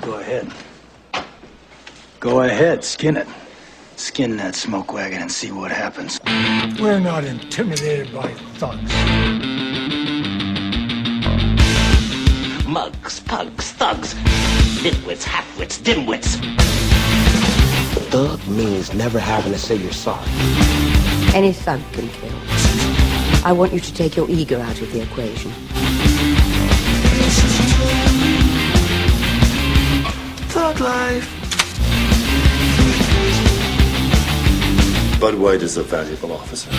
Go ahead. Go ahead, skin it. Skin that smoke wagon and see what happens. We're not intimidated by thugs. Mugs, pugs, thugs, nitwits, halfwits, dimwits. Thug means never having to say you're sorry. Any thug can kill. I want you to take your ego out of the equation. Thug life. Bud White is a valuable officer.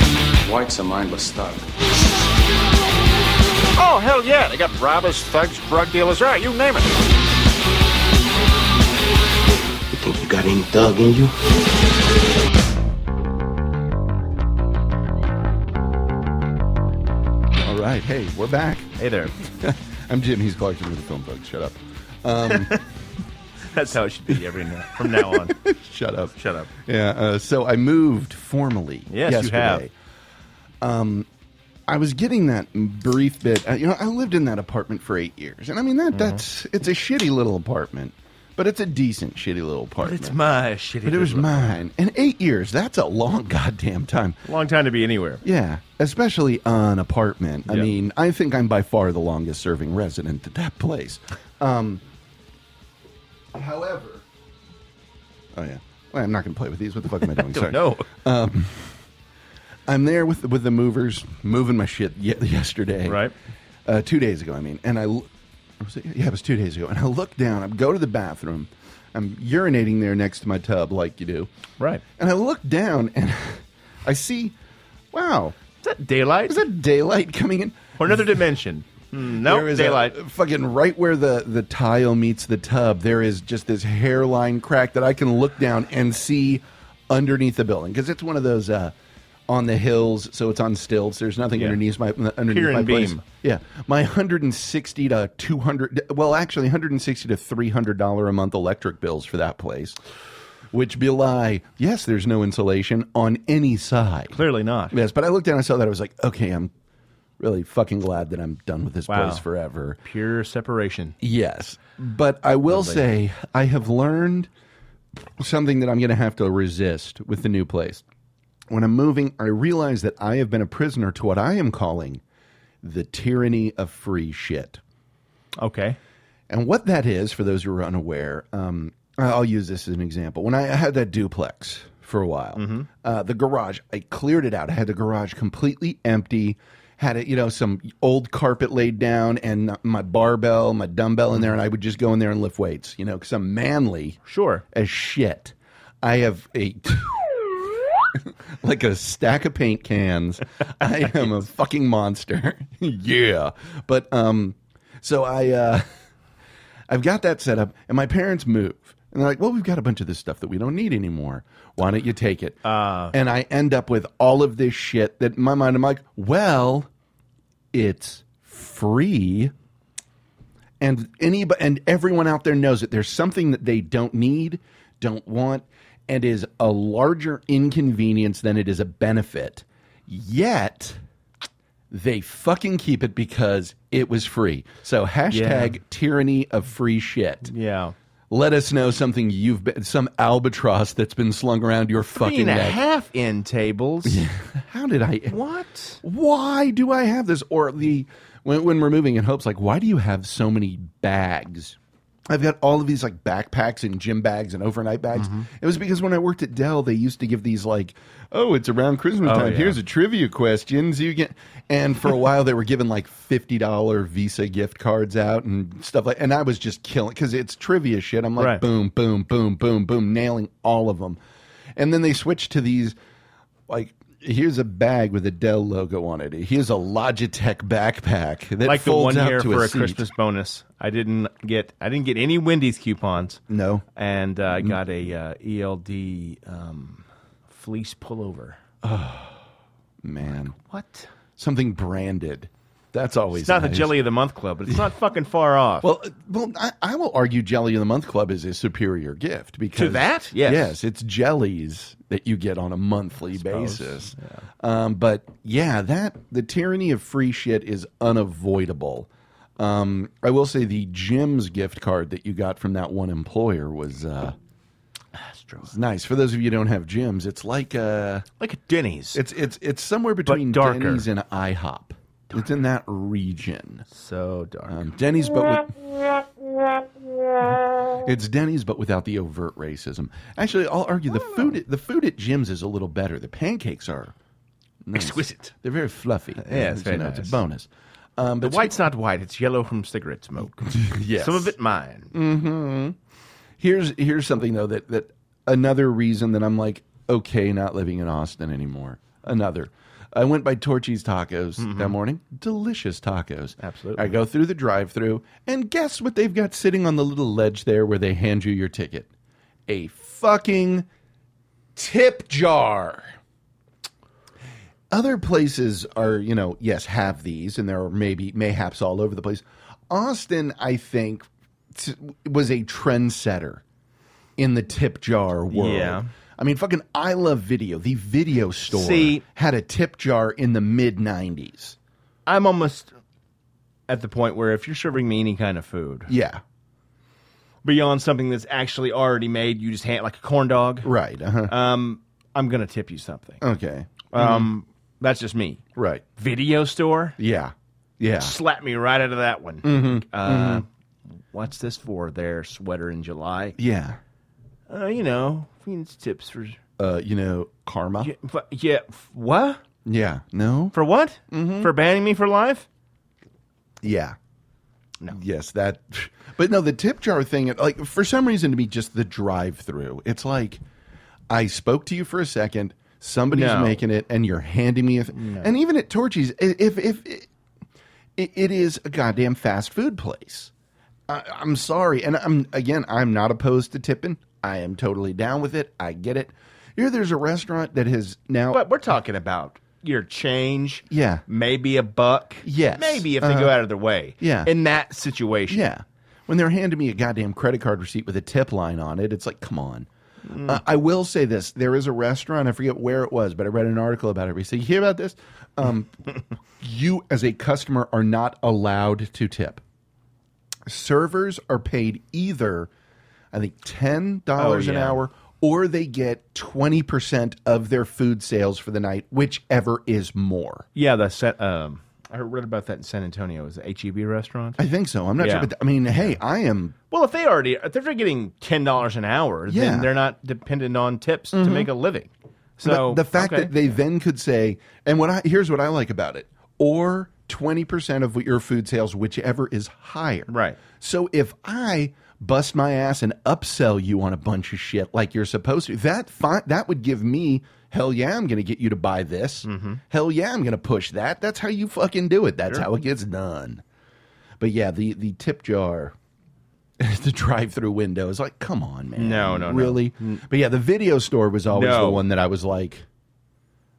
White's a mindless thug. Oh, hell yeah. They got robbers, thugs, drug dealers, right, you name it. You think you got any thug in you? All right, hey, we're back. Hey there. I'm Jim. He's Clark Jim with the Film Thugs. Shut up. That's how it should be every now, from now on. Shut up. Shut up. Yeah. Uh, so I moved formally. Yes, yesterday. Um, you have. I was getting that brief bit. Uh, you know, I lived in that apartment for eight years, and I mean Mm-hmm. that. That's it's a shitty little apartment, but it's a decent shitty little But apartment. it's my shitty. But it was little- mine. And eight years. That's a long goddamn time. Long time to be anywhere. Yeah, especially an apartment. I Yeah. mean, I think I'm by far the longest serving resident at that place. Um, however, oh yeah, well, I'm not going to play with these. What the fuck am I doing? Sorry. Uh, No. I'm there with with the movers moving my shit ye- yesterday. Right. Uh, two days ago, I mean, and I l- was it? yeah, it was two days ago, and I look down. I go to the bathroom. I'm urinating there next to my tub, like you do. Right. And I look down, and I see, wow, Is that daylight? is that daylight coming in? or another dimension? Mm, no, There is a- daylight. fucking right where the, the tile meets the tub, there is just this hairline crack that I can look down and see underneath the building because it's one of those uh, on the hills, so it's on stilts. There's nothing Yeah. underneath my underneath Pier and my place. beam. Yeah, my 160 to 200. Well, actually, 160 to 300 dollar a month electric bills for that place. Which belie, yes, there's no insulation on any side. Clearly not. Yes, but I looked down and saw that. I was like, okay, I'm really fucking glad that I'm done with this Wow. place forever. Pure separation. Yes. But I will say, I have learned something that I'm going to have to resist with the new place. When I'm moving, I realize that I have been a prisoner to what I am calling the tyranny of free shit. Okay. And what that is, for those who are unaware, um, I'll use this as an example. When I had that duplex for a while, uh, the garage, I cleared it out. I had the garage completely empty. Had it, you know, some old carpet laid down and my barbell, my dumbbell in there, and I would just go in there and lift weights, you know, because I'm manly Sure. as shit. I have a like a stack of paint cans. I am a fucking monster. yeah. But um so I uh I've got that set up and my parents move. And they're like, "Well, we've got a bunch of this stuff that we don't need anymore. Why don't you take it?" Uh, and I end up with all of this shit that in my mind I'm like, "Well, it's free." and anybody and everyone out there knows it. There's something that they don't need, don't want, and is a larger inconvenience than it is a benefit. Yet they fucking keep it because it was free. So hashtag tyranny of free shit. Yeah. Let us know something you've been some albatross that's been slung around your Three fucking and a neck. half end tables. How did I? What? Why do I have this? Or the when, when we're moving in hopes, like, why do you have so many bags? I've got all of these like backpacks and gym bags and overnight bags. Mm-hmm. It was because when I worked at Dell, they used to give these like, oh, it's around Christmas Oh, time. yeah. Here's a trivia question. So you get, and for a while they were giving like fifty dollar Visa gift cards out and stuff like. And I was just killing because it's trivia shit. I'm like, Right. boom, boom, boom, boom, boom, nailing all of them. And then they switched to these like here's a bag with a Dell logo on it. Here's a Logitech backpack that like the folds one up year to for a, seat. Christmas bonus. I didn't get I didn't get any Wendy's coupons. No. Mm-hmm. And uh, I got a uh, ELD um, fleece pullover. Man, What? something branded. That's always It's not the nice. Jelly of the Month Club, but it's not fucking far off. Well, uh, well, I, I will argue Jelly of the Month Club is a superior gift because that? Yes. it's jellies that you get on a monthly basis. Um, but yeah, that the tyranny of free shit is unavoidable. Um, I will say the Jim's gift card that you got from that one employer was uh, Astro. it's nice. For those of you who don't have Jim's, it's like uh, Like a Denny's. it's it's it's somewhere between darker. Denny's and IHOP. It's in that region. so dark. Um, Denny's, but with, it's Denny's, but without the overt racism. Actually, I'll argue the Hmm. food at- the food at Jim's is a little better. The pancakes are nice. Exquisite. They're very fluffy. Yeah, it's You very know, It's nice. a bonus. Um, the but white's not white. It's yellow from cigarette smoke. Yes. Some of it mine. here's here's something though that that another reason that I'm like okay not living in Austin anymore. Another. I went by Torchy's Tacos that morning. Delicious tacos. Absolutely. I go through the drive-through and guess what they've got sitting on the little ledge there where they hand you your ticket? A fucking tip jar. Other places are, you know, yes, have these, and there are maybe mayhaps all over the place. Austin, I think, t- was a trendsetter in the tip jar world. Yeah. I mean, fucking I Love Video, the video store, See- had a tip jar in the mid 90s. I'm almost at the point where if you're serving me any kind of food Yeah. beyond something that's actually already made, you just hand like a corn dog. Right. Uh-huh. Um, I'm gonna tip you something. okay. Um, that's just me. Right. Video store, Yeah. Yeah. slap me right out of that one. Mm-hmm. Uh, What's this for? Their sweater in July. Yeah. Uh, you know, it's tips for. Uh, you know, karma. Yeah, f- yeah, f- what yeah. No. for what? Mm-hmm. For banning me for life? Yeah. No. Yes, that. But no, the tip jar thing, it- like for some reason to me, just the drive through. It's like I spoke to you for a second. Somebody's No. making it, and you're handing me a. Th- And even at Torchy's, i- if if it, it is a goddamn fast food place. I, I'm sorry, and I'm again, I'm not opposed to tipping. I am totally down with it. I get it. Here, there's a restaurant that has now. But we're talking about your change. Yeah. Maybe a buck. Yes. Maybe if they Uh-huh. go out of their way. Yeah. In that situation. Yeah. When they're handing me a goddamn credit card receipt with a tip line on it, it's like, come on. Mm. Uh, I will say this: there is a restaurant. I forget where it was, but I read an article about it. recently. You hear about this? Um, you, as a customer, are not allowed to tip. Servers are paid either, I think, ten dollars Oh, an yeah. hour, or they get twenty percent of their food sales for the night, whichever is more. Yeah. The set. Um, I read about that in San Antonio. It was an HEB restaurant. I think so. I'm not Yeah. sure, but I mean, hey, I am Well, if they already if they're getting ten dollars an hour, Yeah. Mm-hmm. then they're not dependent on tips to make a living. So But the fact okay. that they then could say, and what I here's what I like about it, or twenty percent of your food sales, whichever is higher. Right. So if I bust my ass and upsell you on a bunch of shit like you're supposed to, that fi- that would give me hell yeah, I'm going to get you to buy this. Mm-hmm. Hell yeah, I'm going to push that. That's how you fucking do it. That's how it gets done. But yeah, the the tip jar. The drive-through window is like, come on, man. No, no, no. really. Mm. But yeah, the video store was always No. the one that I was like,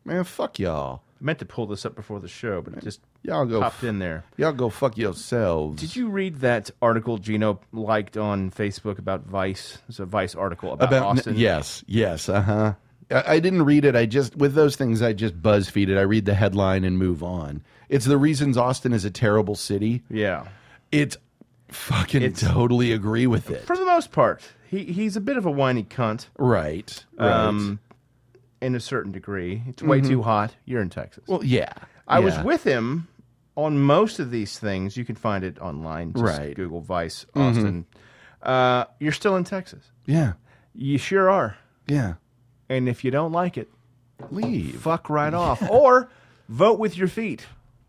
man, fuck y'all. I meant to pull this up before the show, but it just Y'all go popped f- in there. Y'all go fuck yourselves. Did you read that article Gino liked on Facebook about Vice? It's a Vice article about, Austin. Yes, yes, uh huh. I, I didn't read it. I just with those things, I just BuzzFeed it. I read the headline and move on. It's the reasons Austin is a terrible city. Yeah. It's fucking It's- totally agree with it. For the most part, he he's a bit of a whiny cunt right. right. um, in a certain degree. It's way too hot. You're in Texas. Well, yeah. I was yeah. with him on most of these things. You can find it online. Just Right. Mm-hmm. Google Vice Austin. Uh, you're still in Texas. Yeah. You sure are. Yeah. And if you don't like it, Leave. fuck right off. Or vote with your feet,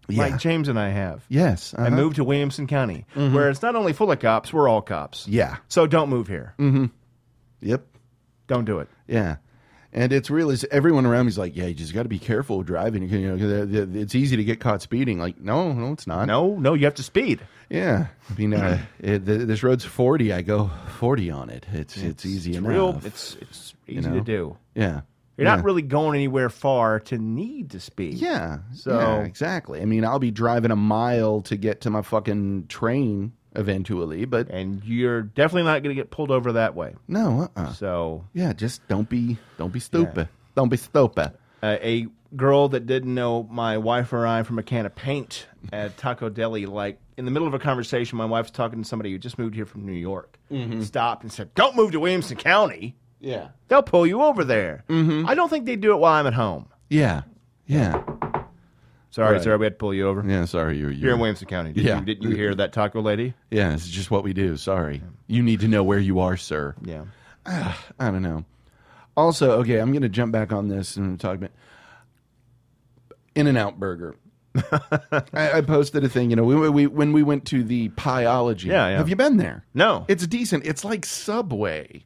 Yeah. like James and I have. Yes. I uh-huh. Mm-hmm. moved to Williamson County, where it's not only full of cops, we're all cops. Yeah. Mm. So don't move here. Yep. Don't do it. Yeah. And it's really everyone around me's like, yeah, you just got to be careful driving. You know, 'cause it's easy to get caught speeding. Like, no, no, it's not. No, no, you have to speed. Yeah, I mean, uh, it, th- this road's forty. I go forty on it. It's it's, easy enough. Real, it's it's easy know? to do. yeah. You're Yeah. not really going anywhere far to need to speed. Yeah. So- yeah, exactly. I mean, I'll be driving a mile to get to my fucking train eventually, but and you're definitely not going to get pulled over that way. no. Uh. uh So Yeah, just don't be don't be stupid. Don't be stupid. uh, a girl that didn't know my wife or I from a can of paint at Taco Deli. Like in the middle of a conversation, my wife's talking to somebody who just moved here from New York. Mm-hmm. Stopped and said, "Don't move to Williamson County. Yeah. They'll pull you over there." Mm-hmm. I don't think they do it while I'm at home. Yeah. Yeah. Sorry, Right. sir, we had to pull you over. Yeah. Sorry, you. you Here in Williamson County, did Yeah. you, didn't you hear that taco lady? Yeah, it's just what we do. Sorry. You need to know where you are, sir. Yeah. I don't know. Also, okay, I'm going to jump back on this and talk about In and Out Burger. I, I posted a thing. You know, we, we when we went to the Pieology. Yeah, yeah. Have you been there? No. It's decent. It's like Subway.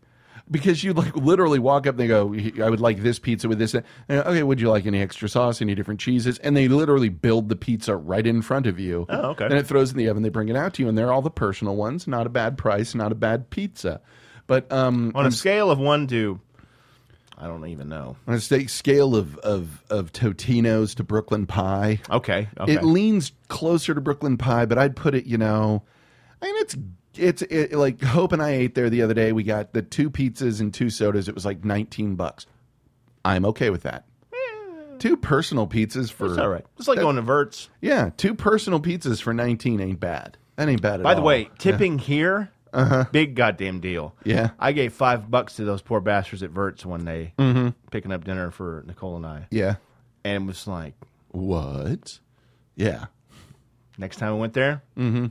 Because you like literally walk up and they go, I would like this pizza with this. And, uh, okay, would you like any extra sauce, any different cheeses? And they literally build the pizza right in front of you. Oh, okay. And it throws in the oven. They bring it out to you, and they're all the personal ones. Not a bad price, not a bad pizza. But um, On a scale of one to, I don't even know. on a sta- scale of of of Totino's to Brooklyn Pie. Okay. Okay. It leans closer to Brooklyn Pie, but I'd put it, you know, I mean it's it's it, like Hope and I ate there the other day. We got the two pizzas and two sodas. It was like nineteen bucks. I'm okay with that. Two personal pizzas for it's all right. It's like going to Verts. yeah, two personal pizzas for nineteen ain't bad. That ain't bad at all. By the way, tipping here, big goddamn deal. Uh-huh. Yeah. I gave five bucks to those poor bastards at Verts one day, Mm-hmm. picking up dinner for Nicole and I, yeah, and it was like what? Yeah, next time I went there, Mm-hmm.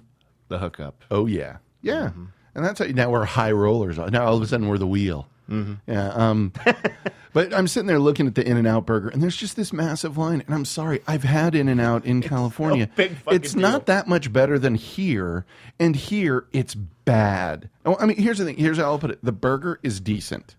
the hookup. Oh yeah, yeah. And that's how, now we're high rollers. Now all of a sudden we're the wheel. Mm-hmm. Yeah. Um, but I'm sitting there looking at the In and Out Burger, and there's just this massive line. And I'm sorry, I've had In and Out in California. big fucking it's not that much better than here, and here it's bad. Oh, I mean, here's the thing. Here's how I'll put it: the burger is decent.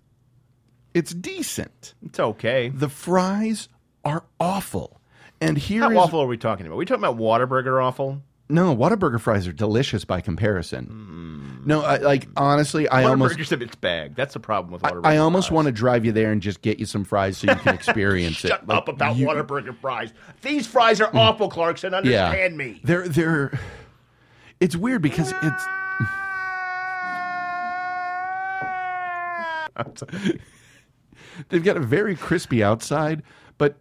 It's decent. It's okay. The fries are awful. And here How is- awful are we talking about? we talking about Waterburger awful? no, Whataburger fries are delicious by comparison. No, I, like honestly, I almost Waterburger's in its bag. That's the problem with Waterburger. I almost fries. want to drive you there and just get you some fries so you can experience it. shut Like, up about you- Hmm. Waterburger fries. These fries are awful, Clarkson. Yeah, Understand me. They're they're. It's weird because it's. They've got a very crispy outside, but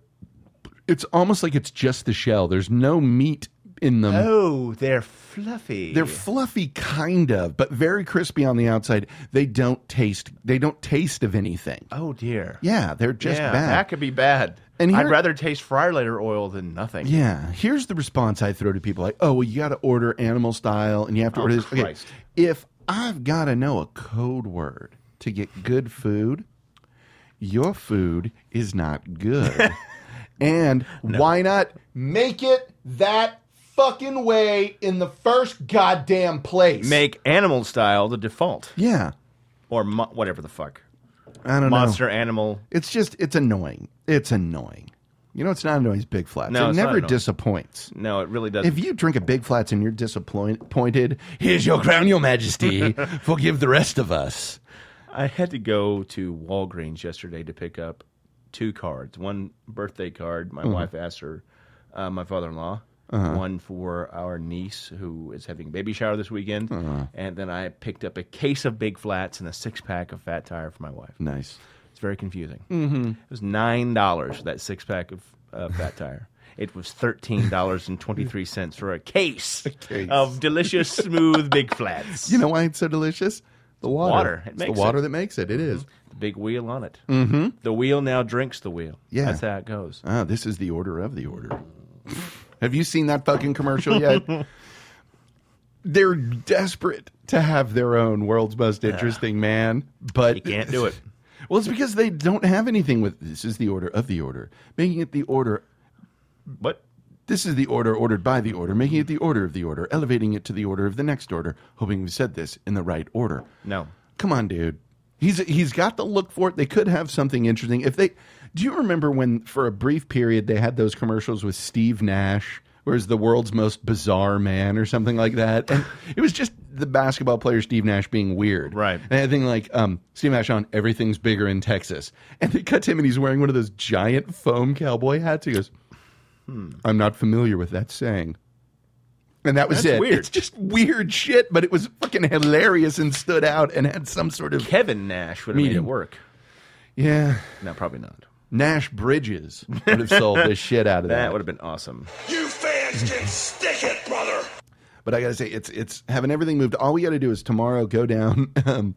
it's almost like it's just the shell. There's no meat in them. Oh, they're fluffy. They're fluffy, kind of, but very crispy on the outside. They don't taste. They don't taste of anything. oh dear. Yeah, they're just yeah, bad. That could be bad. And here- I'd rather taste fryer later oil than nothing. yeah, here's the response I throw to people like, "Oh, well, you got to order animal style, and you have to Oh, order this." Christ. if I've got to know a code word to get good food, your food is not good. and why not make it that fucking way in the first goddamn place? Make animal style the default, yeah, or mo- whatever the fuck. I don't know. Monster animal. It's just it's annoying. It's annoying. You know, it's not annoying. It's Big Flats. No, it it's not never annoying. disappoints. No, it really doesn't. If you drink a Big Flats and you're disappointed, here's your crown, Your Majesty. Forgive the rest of us. I had to go to Walgreens yesterday to pick up two cards. One birthday card. Mm-hmm. My wife asked her, uh, my father-in-law. Uh-huh. One for our niece who is having a baby shower this weekend, Uh-huh. and then I picked up a case of Big Flats and a six pack of Fat Tire for my wife. Nice. It's very confusing. Mm-hmm. It was nine dollars for that six pack of uh, Fat Tire. It was thirteen dollars and twenty three cents for a case, case. of delicious smooth Big Flats. You know why it's so delicious? The water. Water. It It's makes the water it. that makes it. It is. the big wheel on it. Mm-hmm. The wheel now drinks the wheel. Yeah. that's how it goes. Ah, this is the order of the order. have you seen that fucking commercial yet? They're desperate to have their own world's most interesting man, but You can't do it. Well, it's because they don't have anything with this is the order of the order, making it the order. But This is the order ordered by the order, making it the order of the order, elevating it to the order of the next order, hoping we've said this in the right order. no, Come on, dude. He's he's got the look for it. They could have something interesting if they. Do you remember when, for a brief period, they had those commercials with Steve Nash, where's the world's most bizarre man or something like that? And it was just the basketball player Steve Nash being weird, Right. And I think like um, Steve Nash on everything's bigger in Texas, and they cut to him and he's wearing one of those giant foam cowboy hats. He goes, Hmm. "I'm not familiar with that saying." And that was That's it. weird. It's just weird shit, but it was fucking hilarious and stood out and had some sort of Kevin Nash would have made it Medium. work. yeah. No, probably not. Nash Bridges would have sold this shit out of that. That would have been awesome. You fans can stick it, brother. But I gotta say, it's it's having everything moved. All we gotta do is tomorrow go down. Um,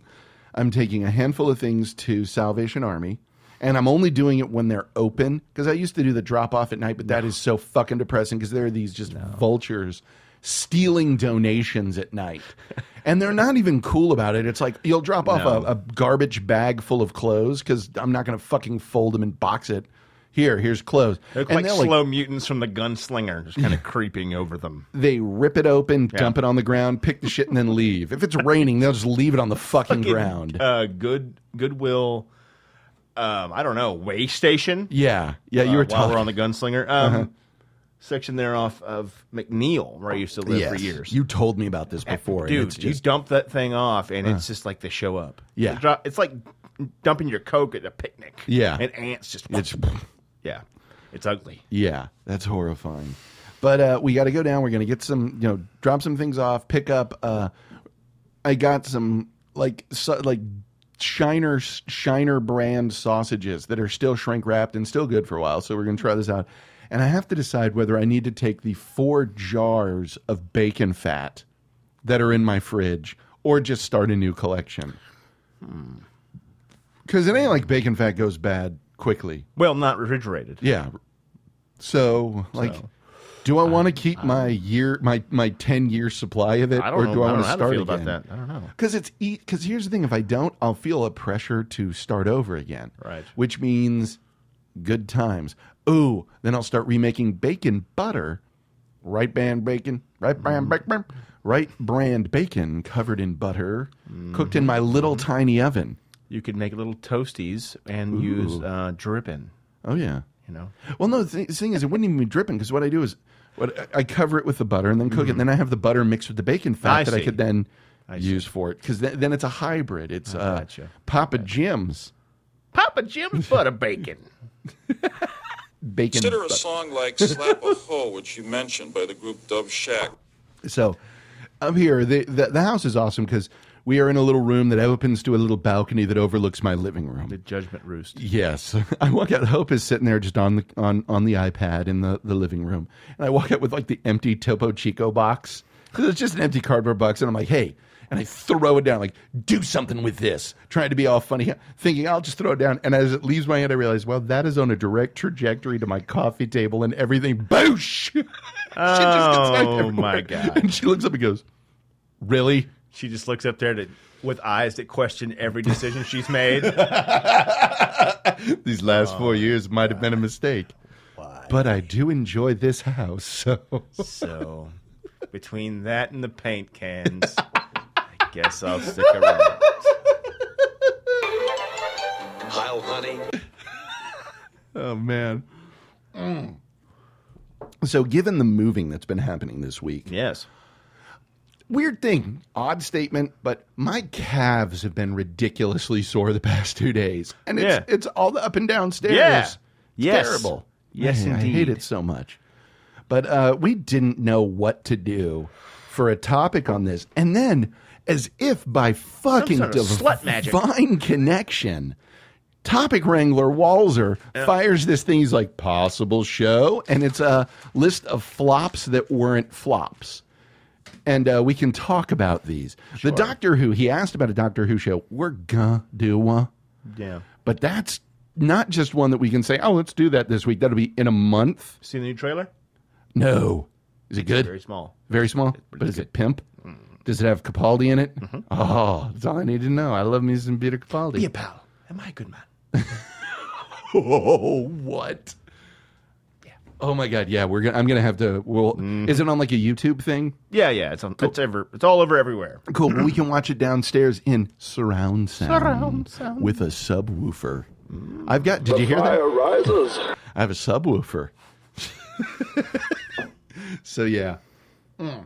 I'm taking a handful of things to Salvation Army, and I'm only doing it when they're open because I used to do the drop off at night, but that is so fucking depressing because there are these just vultures stealing donations at night. And they're not even cool about it. It's like you'll drop off a, a garbage bag full of clothes because I'm not going to fucking fold them and box it. Here, here's clothes. They look And like they'll, like, slow mutants from the gunslinger, just kind of creeping over them. they rip it open, dump it on the ground, pick the shit, and then leave. If it's raining, they'll just leave it on the fucking, ground. Uh, good Goodwill. Um, I don't know way station. yeah, yeah. You were uh, while talking Uh-huh. we're on the gunslinger um, section there off of McNeil, where I used to live Yes. for years. You told me about this before, and Dude, it's you just- Uh-huh. dump that thing off, and it's just like they show up. Yeah. They drop- it's like dumping your coke at a picnic. Yeah. and ants just It's- yeah, it's ugly. yeah, that's horrifying. But uh, we got to go down. We're gonna get some, you know, drop some things off, pick up. Uh, I got some like so, like Shiner Shiner brand sausages that are still shrink wrapped and still good for a while. So we're gonna try this out, and I have to decide whether I need to take the four jars of bacon fat that are in my fridge or just start a new collection. Because it ain't like bacon fat goes bad quickly. Well, not refrigerated. Yeah. So like, do I want to keep my year my my ten year supply of it, I don't or know. do I I don't want know how to start feel again? about that. I don't know. Because it's because here's the thing: if I don't, I'll feel a pressure to start over again. Right. Which means good times. Ooh, then I'll start remaking bacon butter, right brand bacon, Mm-hmm. right brand bacon, right brand bacon covered in butter, cooked Mm-hmm. in my little tiny oven. You could make little toasties and use uh, dripping. Oh yeah. You know, Well, no. The thing, the thing is, it wouldn't even be dripping because what I do is, what I- I cover it with the butter and then cook it, and then I have the butter mixed with the bacon fat Mm-hmm. I that I see. could then use for it because then it's a hybrid. It's uh, gotcha. Papa Jim's Papa Jim's butter bacon. bacon. Consider a butter. song like Slap a Hole, which you mentioned by the group Dove Shack. So up here, the the, the house is awesome because we are in a little room that opens to a little balcony that overlooks my living room. The judgment roost. Yes, I walk out. Hope is sitting there just on the on on the iPad in the the living room, and I walk out with like the empty Topo Chico box. 'Cause It's just an empty cardboard box, and I'm like, hey. And I throw it down, like, do something with this. Trying to be all funny, thinking I'll just throw it down. And as it leaves my hand, I realize, well, that is on a direct trajectory to my coffee table and everything. Boosh! Shit just gets knocked Oh, everywhere. my God. And she looks up and goes, really? She just looks up there to, with eyes that question every decision she's made. These last four years might have been a mistake. But I do enjoy this house, so. So, between that and the paint cans, I guess I'll stick around. Heil, honey. Oh man. Mm. So given the moving that's been happening this week, Yes. weird thing, odd statement, but my calves have been ridiculously sore the past two days, and it's Yeah. it's all the up and down stairs. Yeah. It's Yes. terrible. Yes, I, I hate indeed. it so much. But uh, we didn't know what to do for a topic on this, and then as if by fucking sort of slut magic. divine connection. Topic wrangler Walzer fires this thing. He's like, possible show. And it's a list of flops that weren't flops and uh, we can talk about these. The Doctor Who, he asked about a Doctor Who show. We're gonna do one, Yeah. but that's not just one that we can say, oh, let's do that this week. That'll be in a month. Seen the new trailer? No. Is it good? Very small. Very small? But is it pimp? Does it have Capaldi in it? Oh, that's all I need to know. I love me some Peter Capaldi. pal. Am I a good man? Oh, what? Oh my God! Yeah, we're gonna. I'm gonna have to. Well, is it on like a YouTube thing? Yeah, yeah. It's on. It's ever. It's all over everywhere. Cool. Well, we can watch it downstairs in surround sound, with a subwoofer. I've got. Did you hear that? I have a subwoofer. so yeah. Mm.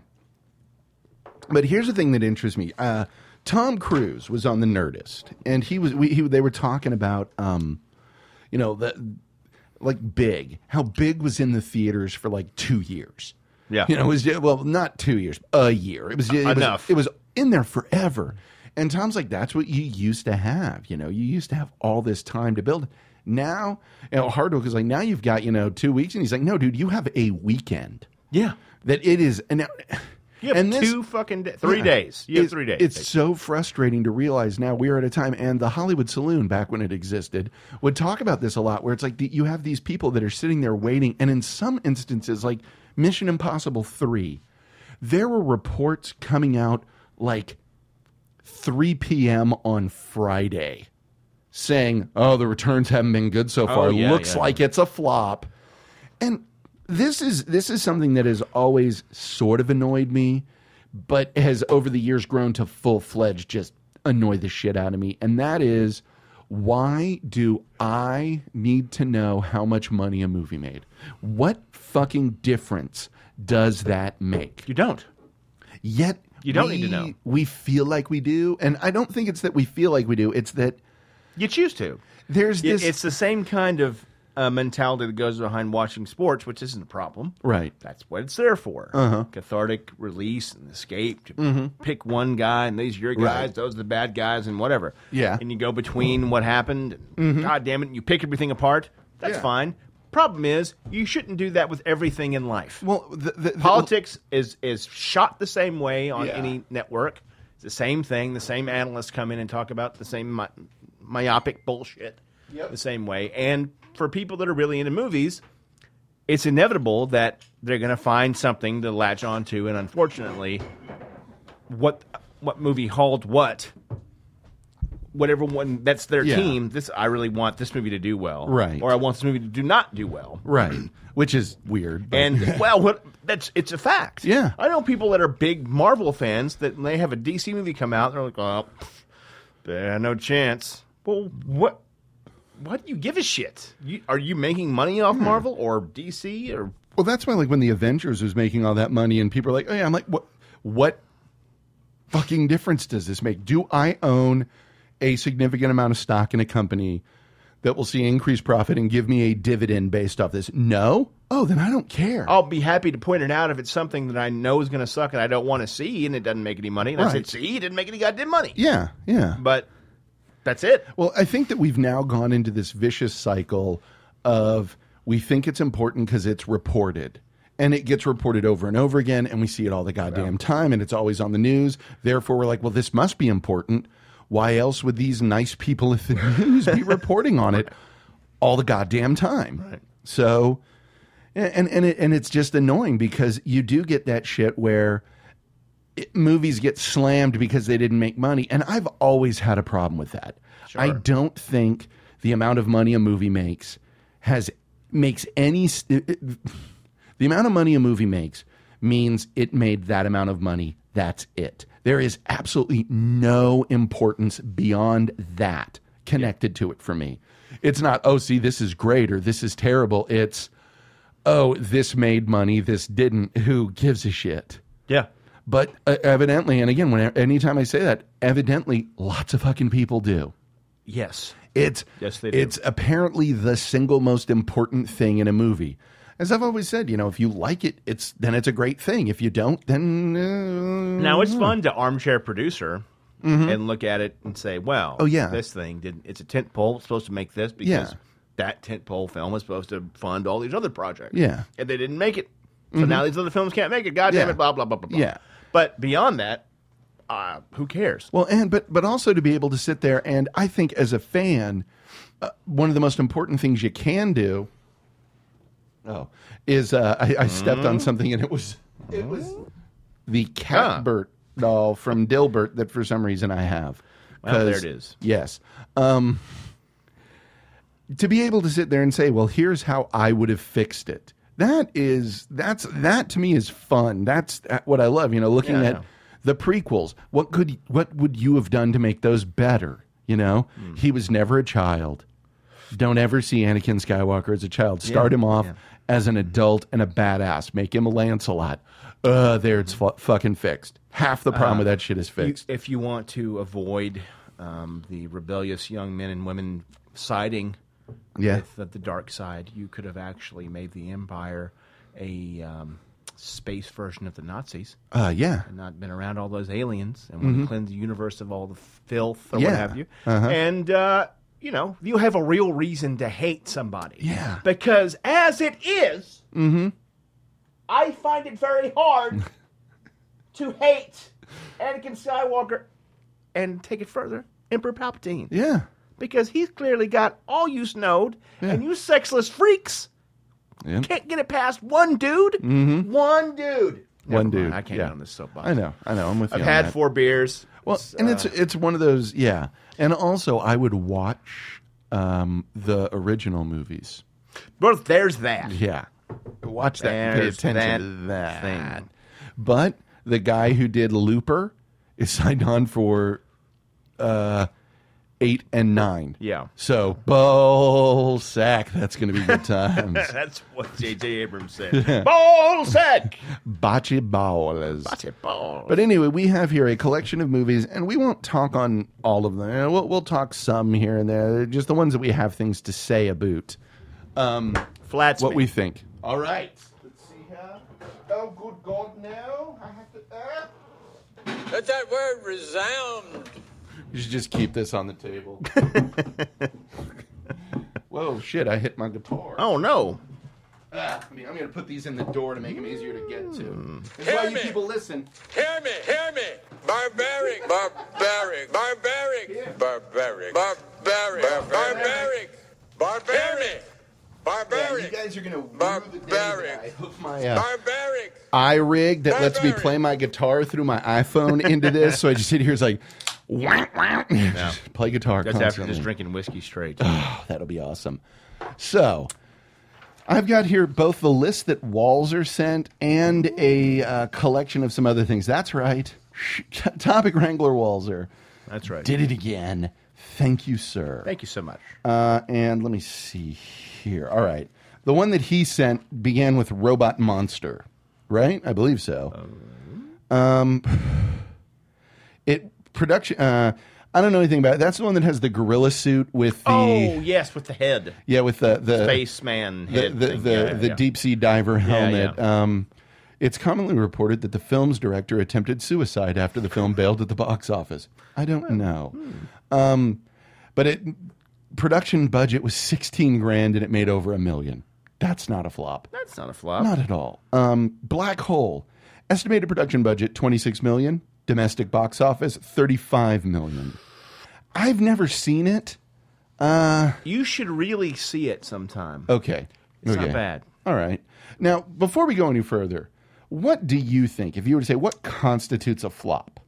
But here's the thing that interests me. Uh, Tom Cruise was on the Nerdist, and he was. We, he, they were talking about, um, you know, the like big. How big was in the theaters for like two years. Yeah. You know, it was well, not two years, a year. It was it was- Enough. it was in there forever. And Tom's like, that's what you used to have. You know, you used to have all this time to build. Now, you know, Hardwick is like, now you've got, you know, two weeks. And he's like, no, dude, you have a weekend. Yeah. That it is. And now, You have and this- two fucking da- three yeah. days. You have It- three days. It's so frustrating to realize now we are at a time, and the Hollywood Saloon, back when it existed, would talk about this a lot, where it's like the, you have these people that are sitting there waiting, and in some instances, like Mission Impossible 3, there were reports coming out like 3 p.m. on Friday saying, oh, the returns haven't been good so far. Oh, yeah, Looks yeah. like it's a flop. And this is this is something that has always sort of annoyed me, but has over the years grown to full fledged just annoy the shit out of me. And that is why do I need to know how much money a movie made? What fucking difference does that make? you don't. Yet You don't we- need to know. We feel like we do, and I don't think it's that we feel like we do. It's that You choose to. there's Y- this It's the same kind of uh, mentality that goes behind watching sports, which isn't a problem. right. Uh-huh. That's what it's there for. Cathartic release and escape. To Pick one guy, and these are your guys, Mm-hmm. Right. those are the bad guys, and whatever. Yeah. Mm-hmm. And you go between what happened, and God damn it, and you pick everything apart. That's Yeah. fine. Problem is, you shouldn't do that with everything in life. Well, the, the, the- Politics is is shot the same way on Yeah. any network. It's the same thing. The same analysts come in and talk about the same my, myopic bullshit. The same way. And for people that are really into movies, it's inevitable that they're going to find something to latch onto. And unfortunately, what what movie hauled what. Whatever one that's their Yeah. team. This I really want this movie to do well, Right. Or I want this movie to do not do well, right, which is weird. but- and well, what that's it's a fact. Yeah. I know people that are big Marvel fans that when they have a DC movie come out, they're like, "Oh, pff, eh, no chance." Well, what? Why do you give a shit? You, are you making money off Marvel or DC or Well, that's why, like, when the Avengers was making all that money, and people are like, "Oh yeah," I'm like, "What? What fucking difference does this make? Do I own a significant amount of stock in a company that will see increased profit and give me a dividend based off this? No. Oh, then I don't care. I'll be happy to point it out if it's something that I know is going to suck and I don't want to see and it doesn't make any money. And I Right. said, "See, it didn't make any goddamn money." Yeah, yeah. But that's it. Well, I think that we've now gone into this vicious cycle of we think it's important because it's reported. And it gets reported over and over again, and we see it all the goddamn time, and it's always on the news. Therefore, we're like, well, this must be important. Why else would these nice people at the news be reporting on it all the goddamn time? Right. So, and and it, and it's just annoying because you do get that shit where it, movies get slammed because they didn't make money, and I've always had a problem with that. I don't think the amount of money a movie makes has makes any s- it- it- the amount of money a movie makes means it made that amount of money. That's it. There is absolutely no importance beyond that connected to it for me. It's not, oh, see, this is great or this is terrible. It's, oh, this made money, this didn't. Who gives a shit? Yeah. But uh, evidently, and again, when anytime I say that, evidently, lots of fucking people do. Yes. It's Yes, they do. it's apparently the single most important thing in a movie. As I've always said, you know, if you like it, it's then it's a great thing. If you don't, then uh, Now it's fun to armchair producer and look at it and say, "Well, Mm-hmm. Oh, yeah. this thing didn't. It's a tent pole. It's supposed to make this because Yeah. that tent pole film is supposed to fund all these other projects. Yeah. Mm-hmm. and they didn't make it. So now these other films can't make it. God damn Yeah. it! Blah blah blah blah. blah. Yeah. But beyond that, uh, who cares? Well, and but but also to be able to sit there and I think as a fan, uh, one of the most important things you can do. Oh, is uh, I, I stepped Mm-hmm. on something and it was it was the Catbert doll from Dilbert that for some reason I have. Well, there 'Cause- it is. Yes. Um, to be able to sit there and say, "Well, here's how I would have fixed it." That is that's that to me is fun. That's that- what I love. You know, looking Yeah, I at know. the prequels. What could what would you have done to make those better? You know, Hmm. he was never a child. Don't ever see Anakin Skywalker as a child. Start him off as an adult and a badass. Make him a Lancelot. Uh, there it's fu- fucking fixed. Half the problem with that shit is Uh, You- fixed. if you want to avoid um, the rebellious young men and women siding Yeah. with the, the dark side, you could have actually made the Empire a um, space version of the Nazis uh, yeah. and not been around all those aliens and want to cleanse the universe of all the filth Mm-hmm. or Yeah. Uh-huh. what have you. And uh, you know, you have a real reason to hate somebody. Yeah. Because as it is, Mm-hmm. I find it very hard to hate Anakin Skywalker and take it further, Emperor Palpatine. Yeah. Because he's clearly got all you snowed, Yeah. and you sexless freaks Yeah. can't get it past one dude. Mhm. One dude. Never One mind, dude. I can't yeah. get on this soapbox. I know. I know. I'm with I've you. on had uh, that. four beers. Well, and it's it's one of those, yeah. And also, I would watch um, the original movies. Well, there's that. Yeah, watch that. and There's pay attention that to that. thing. But the guy who did Looper is signed on for uh, eight and nine. Yeah. So bull sack. That's going to be good times. That's what J.J. Abrams said. Ball sack. Bocce bowlers. ball. But anyway, we have here a collection of movies, and we won't talk on all of them. Eh, We'll, we'll talk some here and there, They're just the ones that we have things to say about. Um, Flats. what me. we think. All right. Oh, good God, no. I have to. uh, Let that word resound. You should just keep this on the table. Whoa, shit, I hit my guitar. Oh no. Ah, I mean, I'm going to put these in the door to make them easier to get to. That's Hear why you me. people listen. Hear me, hear me. Barbaric, barbaric, barbaric, barbaric, barbaric, barbaric, Yeah, barbaric, you barbaric, guys are going to Barbaric. I hook my uh, barbaric. eye rig that lets me Barbaric. play my guitar through my iPhone into this. so I just sit here, it's like, wah, wah. Just play guitar. That's after constantly. just drinking whiskey straight. Oh, that'll be awesome. So, I've got here both the list that Walzer sent and a uh, collection of some other things. That's right. Shh, t- Topic Wrangler Walzer That's right. did it again. Thank you, sir. Thank you so much. Uh, and let me see here. All right. The one that he sent began with Robot Monster, right? I believe so. Um, it production. Uh, I don't know anything about it. That's the one that has the gorilla suit with the oh yes, with the head, yeah, with the the spaceman the head. the, thing. the, Yeah, the yeah. deep sea diver helmet. yeah. Um, it's commonly reported that the film's director attempted suicide after the film bailed at the box office. I don't know, hmm. um, but it production budget was sixteen grand and it made over a million. That's not a flop. That's not a flop. Not at all. Um, Black Hole. Estimated production budget 26 million. Domestic box office 35 million. I've never seen it. you should really see it sometime. Okay. It's not Oh, Okay. bad. All right. Now, before we go any further, what do you think? If you were to say what constitutes a flop,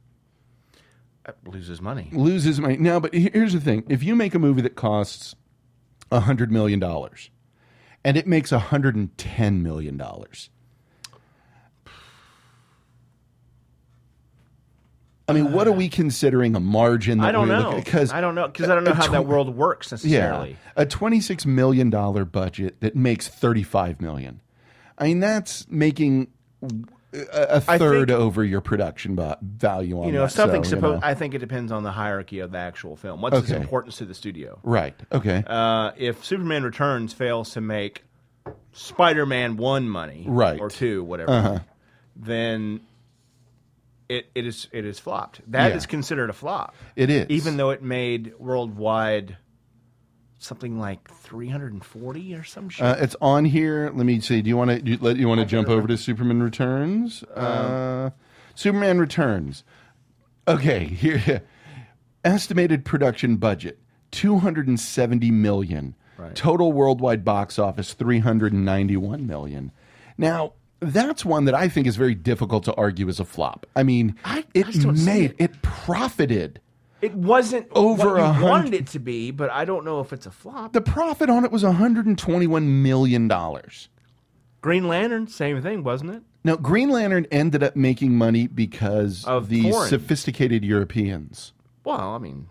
That loses money. loses money. Now, but he- here's the thing: if you make a movie that costs a hundred million dollars, and it makes a hundred and ten million dollars, I mean, what are we considering a margin? That I don't we're know. because I don't know because I don't know how that world works necessarily. Yeah, a twenty-six million dollar budget that makes thirty-five million. I mean, that's making a, a I third think- over your production bu- value on You know, that, if something's so, you supposed, know. I think it depends on the hierarchy of the actual film. What's its Okay. importance to the studio? right? Okay, Uh, if Superman Returns fails to make Spider-Man one money, Right. Uh-huh. or two, whatever, then it it is it is flopped. That is Yeah. considered a flop. it is even though it made worldwide something like 340 or some shit. Uh, it's on here. Let me see. Do you want to you, let you want to jump over to Superman Returns? Um, Uh, Superman Returns. Okay, here. Estimated production budget 270 million. Right. Total worldwide box office 391 million. Now, that's one that I think is very difficult to argue as a flop. I mean, I- I it just don't see made it. it profited. it wasn't over what you a hundred- wanted it to be, but I don't know if it's a flop. The profit on it was 121 million dollars. Green Lantern, same thing, wasn't it? Now, Green Lantern ended up making money because Of the foreign. sophisticated Europeans. Well, I mean,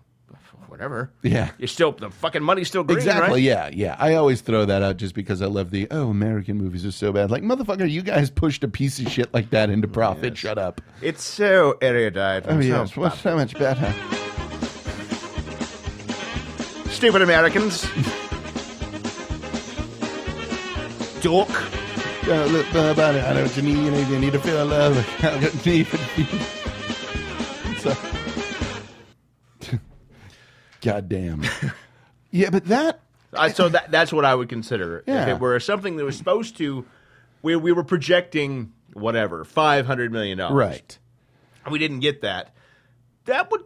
whatever. Yeah. You're still the fucking money's still green, exactly. right? Yeah. Yeah. I always throw that out just because I love the, oh, American movies are so bad. Like, motherfucker, you guys pushed a piece of shit like that into profit. Shut up. It's so erudite. Oh, yes. What's so much better? Stupid Americans. Dork. Uh, look, uh, buddy, I know what you need. You need, you need to feel love. I don't need So- God damn. Yeah, but that I, so that that's what I would consider. it. If Yeah. it were something that was supposed to, we we were projecting whatever five hundred million dollars, Right. And we didn't get that. That would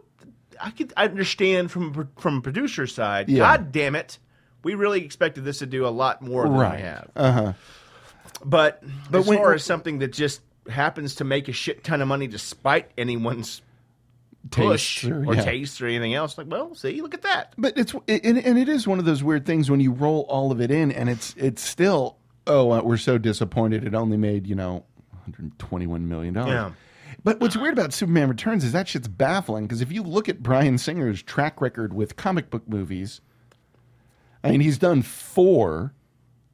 I could I understand from a pro- from a producer side. Yeah. God damn it, we really expected this to do a lot more than we have. Uh huh. But, But as when- far as something that just happens to make a shit ton of money despite anyone's push Tastes or- or yeah. taste or anything else, like well, see, look at that. But it's it, and and it is one of those weird things when you roll all of it in, and it's it's still oh uh, we're so disappointed it only made you know 121 million dollars. Yeah. But what's weird about Superman Returns is that shit's baffling because if you look at Brian Singer's track record with comic book movies, I mean he's done four,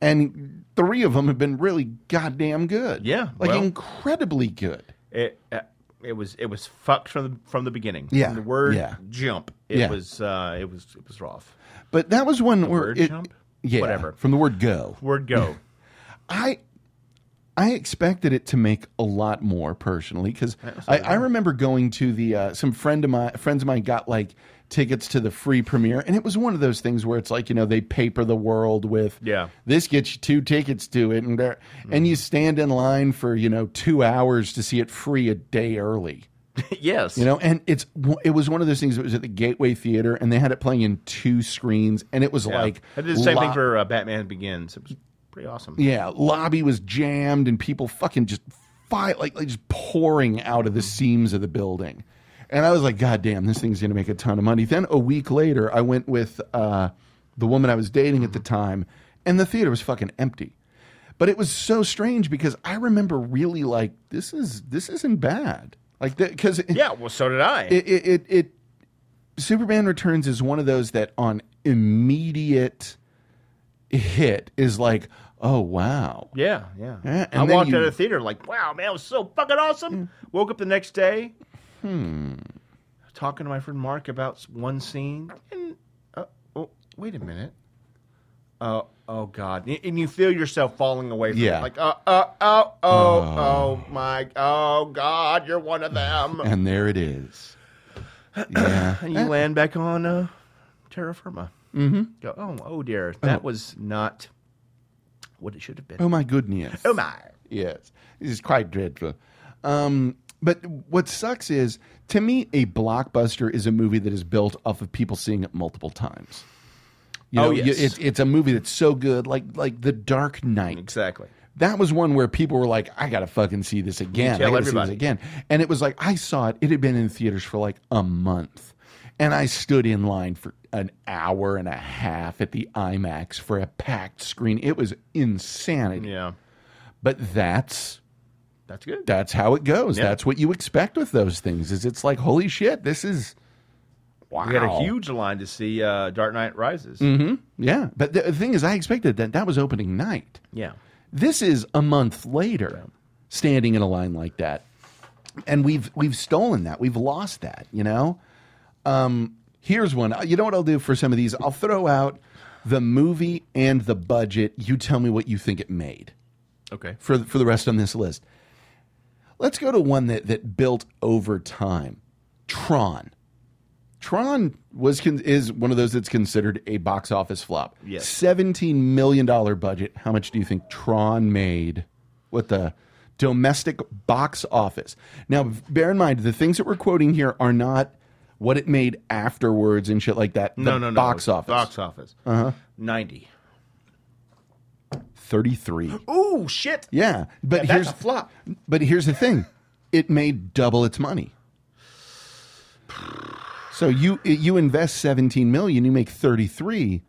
and three of them have been really goddamn good. Yeah, like well- incredibly good. it uh, it was it was fucked from the, from the beginning. Yeah, From the word yeah. jump. It Yeah. was uh, it was it was rough. But that was one where word it, jump? yeah, Whatever. from the word go. Word go. I I expected it to make a lot more personally because I, I remember going to the uh, some friend of my friends of mine got like tickets to the free premiere and it was one of those things where it's like you know they paper the world with Yeah. Mm. this gets you two tickets to it and there and you stand in line for you know two hours to see it free a day early yes. you know and it's it was one of those things that was at the gateway theater and they had it playing in two screens and it was Yeah. like I did the same lo- thing for uh, Batman Begins. It was pretty awesome. yeah, lobby was jammed and people fucking just fight like, like just pouring out of the seams of the building. And I was like, God damn, this thing's gonna make a ton of money. Then a week later, I went with uh, the woman I was dating at the time, and the theater was fucking empty. But it was so strange because I remember really like this is this isn't bad. Like because Yeah. Well, so did I. it, it, it, it Superman Returns is one of those that on immediate hit is like, oh wow, yeah. Yeah. Yeah, and I then walked you- out of the theater like, wow, man, it was so fucking awesome. Woke up the next day. Hmm. Talking to my friend Mark about s- one scene, and uh, oh, wait a minute. Uh, oh God! And- And you feel yourself falling away from Yeah. it. like oh oh oh oh oh my oh God! You're one of them. and there it is. Yeah, and you land back on uh, terra firma. Mm-hmm. Go, oh, oh dear, that was not what it should have been. oh my goodness. Oh my! Yes, this is quite dreadful. Um, but what sucks is, to me, a blockbuster is a movie that is built off of people seeing it multiple times. You Oh, know, yes. you- it's, it's a movie that's so good, like like The Dark Knight. Exactly. that was one where people were like, I gotta fucking see this again. tell I gotta see this everybody. again. And it was like, I saw it. It had been in theaters for like a month. And I stood in line for an hour and a half at the IMAX for a packed screen. It was insanity. Yeah, But that's that's good. that's how it goes. Yeah. That's what you expect with those things. Is it's like, holy shit, this is wow. Mm-hmm. We had a huge line to see uh, Dark Knight Rises. yeah. But the the thing is, I expected that that was opening night. Yeah, This is a month later, standing in a line like that, and we've we've stolen that. We've lost that. You know. Um, here's one. Uh, You know what I'll do for some of these? I'll throw out the movie and the budget. You tell me what you think it made okay. for for the rest on this list. Let's go to one that that built over time. Tron. Tron was con- is one of those that's considered a box office flop. Yes. Seventeen million dollar budget. How much do you think Tron made? What the domestic box office? Now, bear in mind the things that we're quoting here are not what it made afterwards and shit like that. The No, no, no. Box office. Uh-huh. Box office. Uh huh. Ninety. Thirty-three. Oh shit! Yeah, but that's here's a flop. But here's the thing: it made double its money. So you you invest seventeen million, you make thirty three.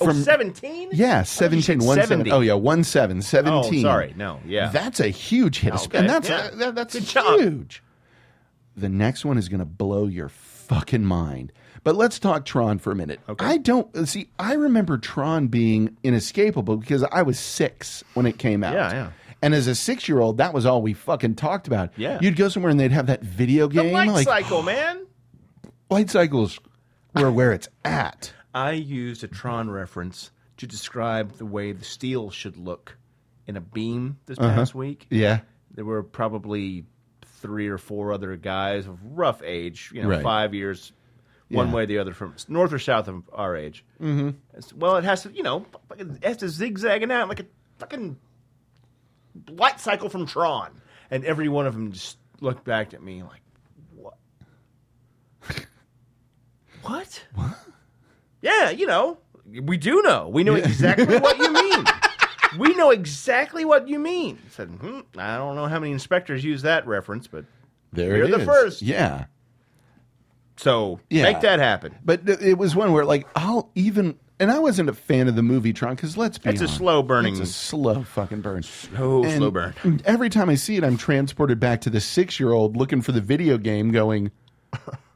oh, 17? yeah, I thought you said 17, one seven- 70. Oh yeah, one seven, 17. Oh, sorry. No, yeah. that's a huge hit, Okay, and that's uh, yeah. that- that's Good job. huge. The next one is going to blow your fucking mind. But let's talk Tron for a minute. Okay. I don't uh, see. I remember Tron being inescapable because I was six when it came out. Yeah, yeah. And as a six-year-old, that was all we fucking talked about. Yeah. you'd go somewhere and they'd have that video the game. light like, cycle, man. Light cycles were where it's at. I used a Tron reference to describe the way the steel should look in a beam this Uh-huh. past week. Yeah, There were probably three or four other guys of rough age, you know, Right. five years one Yeah. way or the other from north or south of our age. Mm-hmm. It's- well, it has to, you know, fucking- it has to zigzagging out like a fucking light cycle from Tron. And every one of them just looked back at me like, what? what? What? Yeah, you know, we do know. We know exactly what you mean. We know exactly what you mean. I said, hmm, I don't know how many inspectors use that reference, but There You're it the is. first. Yeah. So Yeah. make that happen. But th- it was one where like I'll even and I wasn't a fan of the movie Tron because let's be It's a honest, slow burning- It's a slow fucking burn. Slow, And slow burn. Every time I see it, I'm transported back to the six year old looking for the video game, going,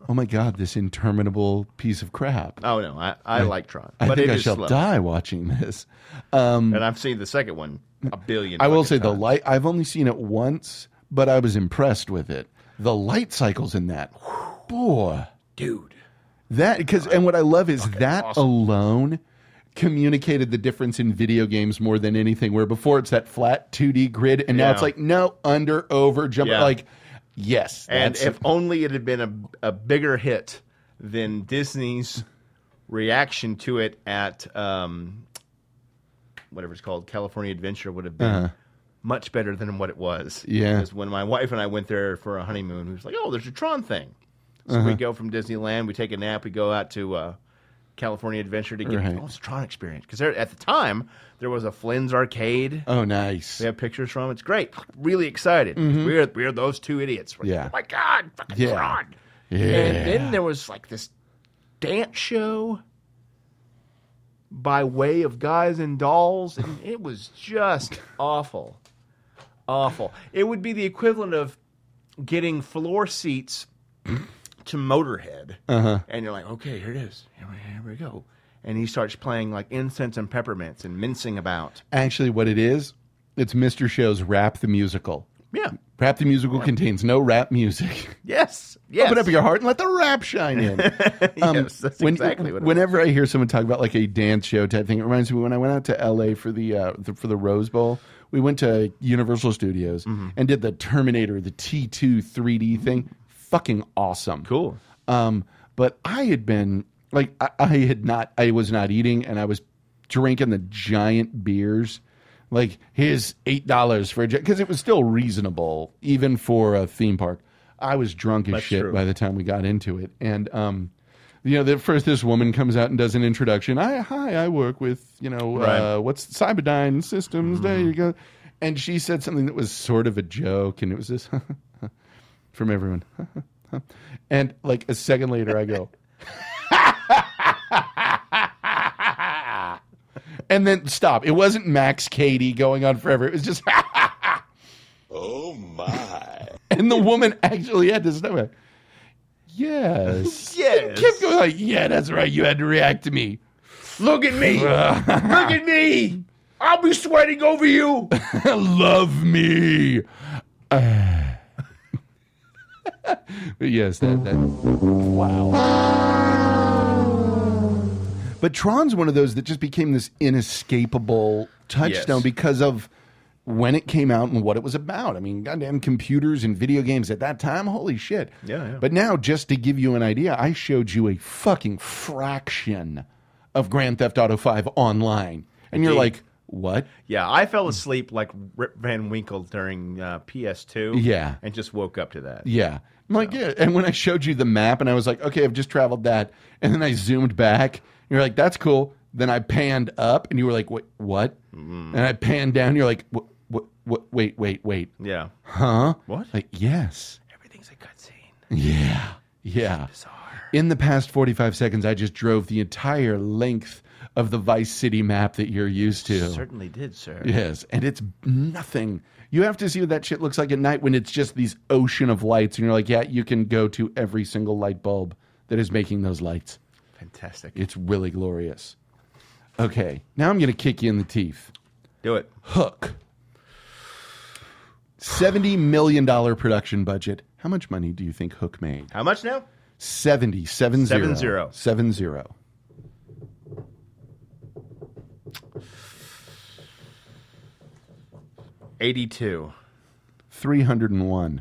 "Oh my god, this interminable piece of crap." Oh no, I, I like Tron, I but think it I is shall slow. die watching this. Um, And I've seen the second one a billion. I will fucking say the times. light. I've only seen it once, but I was impressed with it. The light cycles in that, boy, dude. That because and what I love is that awesome. alone communicated the difference in video games more than anything. Where before it's that flat 2D grid, and now Yeah. it's like no under over jump. Yeah. Like yes, And that's- if only it had been a, a bigger hit than Disney's reaction to it at um, whatever it's called, California Adventure would have been Uh-huh. much better than what it was. Yeah. Because when my wife and I went there for a honeymoon, we was like, oh, there's a Tron thing. So we Uh-huh. go from Disneyland, we take a nap, we go out to uh, California Adventure to get Right. oh, it's a Tron experience. Because at the time, there was a Flynn's arcade. oh nice, We have pictures from. 'em. It's great. Really excited. Mhm. We're we're those two idiots. We're like, Yeah. Oh my god, fucking Yeah. Tron. yeah. And then there was like this dance show by way of guys and dolls, and it was just awful, awful. It would be the equivalent of getting floor seats to Motorhead, Uh-huh. and you're like, okay, here it is. Here we, here we go. And he starts playing like incense and peppermints and mincing about. Actually, what it is, it's Mr. Show's Rap the Musical. Yeah. Rap the Musical contains no rap music. Yes. Yes. Open up your heart and let the rap shine in. Um, yes, that's when- exactly what it was. whenever I hear someone talk about like a dance show type thing, it reminds me when I went out to LA for the, uh, the for the Rose Bowl. We went to Universal Studios Mm-hmm. and did the Terminator, the T two 3D thing. Fucking awesome, cool. Um, but I had been like I, I had not, I was not eating, and I was drinking the giant beers. Like here's eight dollars for a because it was still reasonable even for a theme park. I was drunk as That's shit true. by the time we got into it, and um, you know, the first this woman comes out and does an introduction. I hi, I work with you know Right. uh, what's Cyberdyne Systems. There you go. And she said something that was sort of a joke, and it was this from everyone. and like a second later, I go, and then stop. It wasn't Max Katie going on forever. It was just, Oh my. and the woman actually had to stop. Yes. Yes. Kept going like, yeah, that's right. You had to react to me. Look at me. Look at me. I'll be sweating over you. Love me. Ah. But yes, that, that. Wow. But Tron's one of those that just became this inescapable touchstone Yes. because of when it came out and what it was about. I mean, goddamn computers and video games at that time. Holy shit. Yeah, yeah. But now, just to give you an idea, I showed you a fucking fraction of Grand Theft Auto 5 online. And you're Indeed. like, what? Yeah, I Hmm. fell asleep like Rip Van Winkle during uh, PS2. Yeah. And just woke up to that. Yeah. I'm like, yeah. And when I showed you the map and I was like, okay, I've just traveled that. And then I zoomed back. And you're like, that's cool. Then I panned up and you were like, wait, what? And I panned down. You're like, what, what, what, wait, wait, wait. Yeah. Huh? What? Like, yes. Everything's a cutscene. Yeah. Yeah. Bizarre. In the past 45 seconds, I just drove the entire length of the Vice City map that you're used to. Certainly did, sir. Yes, and it's nothing. You have to see what that shit looks like at night when it's just these ocean of lights, and you're like, yeah, you can go to every single light bulb that is making those lights. Fantastic. It's really glorious. Okay, now I'm going to kick you in the teeth. Do it. Hook. $70 million production budget. How much money do you think Hook made? How much now? 70, seven zero. Seven zero. Seven zero. Eighty-two. 301.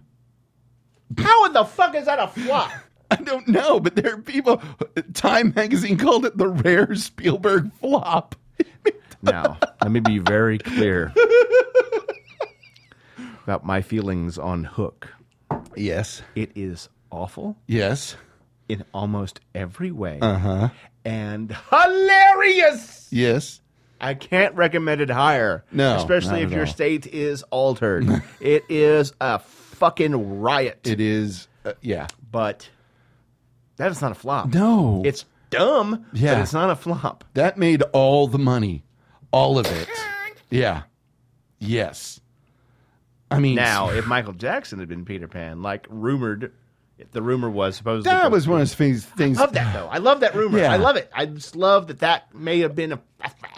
How in the fuck is that a flop? I don't know, but there are people. Time magazine called it the rare Spielberg flop. now, let me be very clear about my feelings on Hook. Yes. It is awful Yes. in almost every way Uh huh. and hilarious. Yes. I can't recommend it higher. No, not Especially if at your all. state is altered. it is a fucking riot. It is. Uh, yeah. but that is not a flop. No. It's dumb, Yeah. but it's not a flop. That made all the money. All of it. Yeah. Yes. I mean, Now, if Michael Jackson had been Peter Pan, like rumored, if the rumor was supposedly. that was one of his things. I love that, though. I love that rumor. Yeah. I love it. I just love that that may have been a.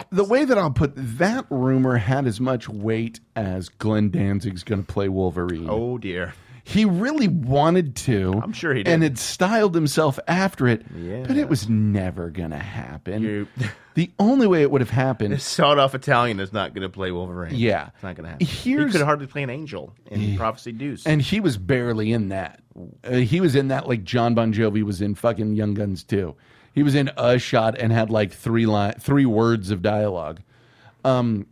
The way that I'll put that rumor had as much weight as Glenn Danzig's going to play Wolverine. Oh, dear. He really wanted to. I'm sure he And did. had styled himself after it, Yeah. but it was never going to happen. You- The only way it would have happened. This sawed off Italian is not going to play Wolverine. Yeah. It's not going to happen. Here's- he could hardly play an angel in Prophecy Deuce. And he was barely in that. Uh, he was in that like John Bon Jovi was in fucking Young Guns too. He was in a shot and had like three line, three words of dialogue. Um,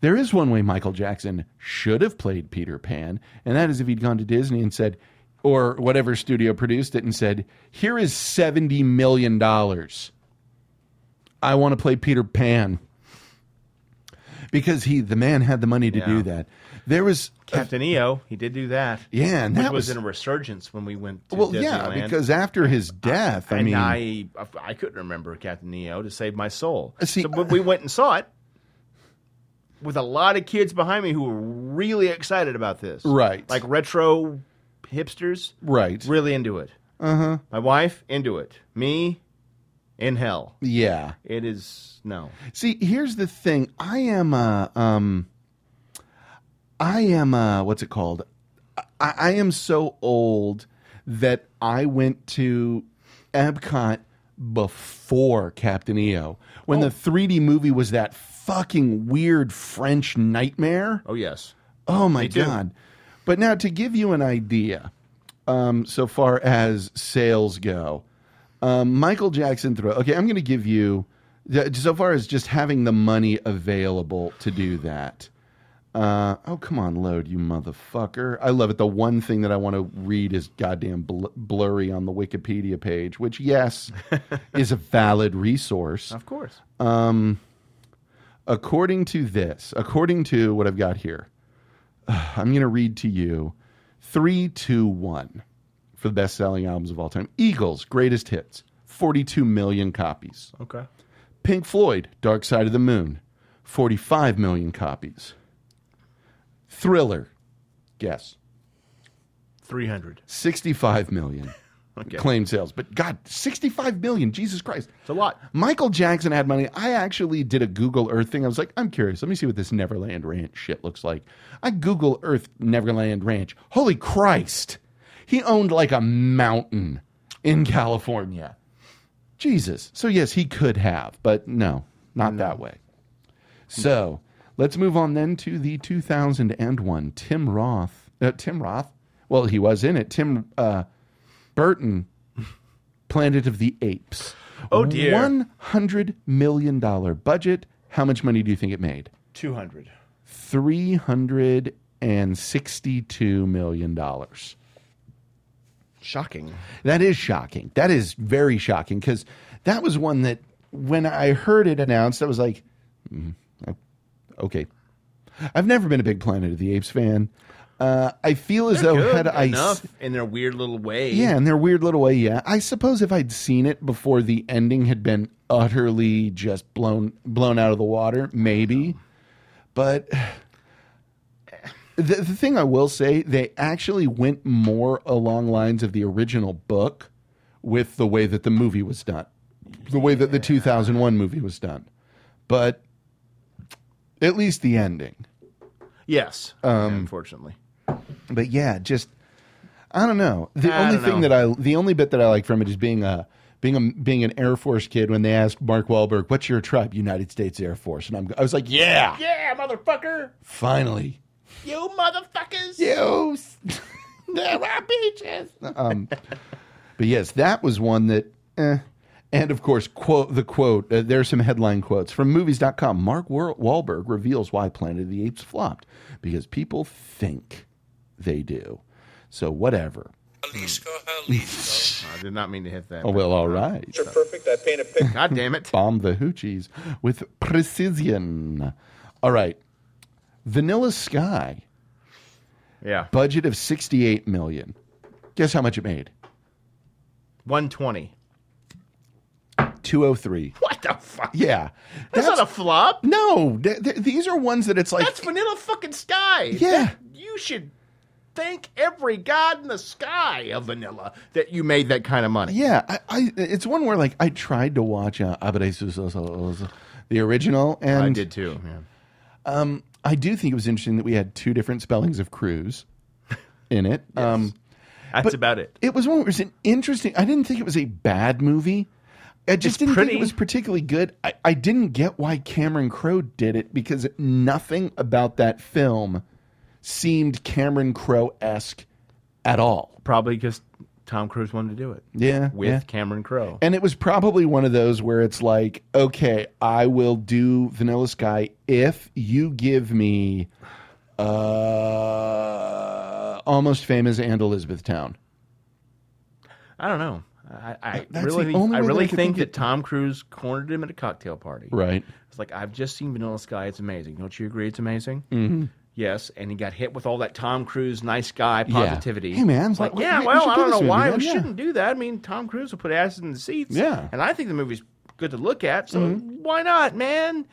there is one way Michael Jackson should have played Peter Pan, and that is if he'd gone to Disney and said, or whatever studio produced it, and said, "Here is seventy million dollars. I want to play Peter Pan." Because he, the man, had the money to Yeah. do that. There was Captain EO, he did do that. Yeah, and which that was, was- in a resurgence when we went to well, Disneyland. Uh, yeah, because after his death, I and mean, I, I couldn't remember Captain EO to save my soul. Uh, see, so, but we went and saw it with a lot of kids behind me who were really excited about this. Right. Like retro hipsters, right, really into it. uh huh, My wife, into it. Me, in hell. yeah. It is, no. See, here's the thing: I am a, um, I am a, what's it called? I, I am so old that I went to Epcot before Captain EO when Oh. the 3D movie was that fucking weird French nightmare. Oh, yes. Oh my too. god! But now to give you an idea, um, so far as sales go, um, Michael Jackson throw. Okay, I'm going to give you th- so far as just having the money available to do that. Uh, oh come on, load you motherfucker! I love it. The one thing that I want to read is goddamn bl- blurry on the Wikipedia page, which yes, is a valid resource. Of course. According to this, according to what I've got here, I'm going to read to you three, two, one for the best selling albums of all time. Eagles, greatest hits, 42 million copies. Okay. Pink Floyd, Dark Side of the Moon, 45 million copies. Thriller, guess, 300. 65 million Okay. claimed sales. But God, 65 million, Jesus Christ. It's a lot. Michael Jackson had money. I actually did a Google Earth thing. I was like, I'm curious. Let me see what this Neverland Ranch shit looks like. I Google Earth Neverland Ranch. Holy Christ. He owned like a mountain in California. Jesus. So, yes, he could have, but no, not that way. So, let's move on then to the 2001 Tim Roth. Uh, Tim Roth? Well, he was in it. Tim uh, Burton, Planet of the Apes. Oh, dear. One hundred million dollar budget. How much money do you think it made? 200. Three hundred and sixty-two million dollars. Shocking. That is shocking. That is very shocking because that was one that when I heard it announced, I was like, mm, okay. I've never been a big Planet of the Apes fan. Uh, I feel as though Good had I s- enough in their weird little way. Yeah, in their weird little way, yeah. I suppose if I'd seen it before the ending had been utterly just blown blown out of the water, maybe. But the, the thing I will say, they actually went more along lines of the original book with the way that the movie was done, the way that the 2001 movie was done. But at least the ending. Yes. Um, unfortunately. but yeah, just I don't know. The I only don't thing know. that I, the only bit that I like from it is being a being a being an Air Force kid when they ask Mark Wahlberg, "What's your tribe?" United States Air Force, and I'm I was like, "Yeah, Yeah, motherfucker. finally, You motherfuckers. you." s- There are beaches. Um, But yes, that was one that, eh. and of course, quote the quote. Uh, there are some headline quotes from movies.com. Mark Wal- Wahlberg reveals why Planet of the Apes flopped because people think they do. So whatever. I did not mean to hit that. Oh well, all right. Picture perfect. I paint a picture. God damn it! Bomb the hoochies with precision. All right, Vanilla Sky. Yeah. Budget of sixty-eight million. Guess how much it made? One twenty. Two oh three. What the fuck? Yeah, that's, not a flop. No, th- th- these are ones that it's like that's Vanilla fucking Sky. Yeah, that, you should thank every god in the sky of Vanilla that you made that kind of money. Yeah, I, I, it's one where like I tried to watch uh, Abre the original, and I did too. Yeah. Um, I do think it was interesting that we had two different spellings of cruise in it. yes. um, That's about it. It was one. It was an interesting. I didn't think it was a bad movie. I just It's didn't pretty. think it was particularly good. I, I didn't get why Cameron Crowe did it because nothing about that film seemed Cameron Crowe esque at all. Probably because Tom Cruise wanted to do it. Yeah, with yeah. Cameron Crowe. And it was probably one of those where it's like, okay, I will do Vanilla Sky if you give me uh, Almost Famous and Elizabethtown. I don't know. I, I That's really, the only I way that really I could think think that it- Tom Cruise cornered him at a cocktail party. Right. It's like I've just seen Vanilla Sky. It's amazing. Don't you agree? It's amazing. Mhm. Yes, and he got hit with all that Tom Cruise nice guy Yeah. positivity. Hey, man, It's like, why- yeah. we- we well, should I do don't this know movie, why man. we Yeah. shouldn't do that. I mean, Tom Cruise will put asses in the seats. Yeah. Mm-hmm. and I think the movie's good to look at. So why not, man?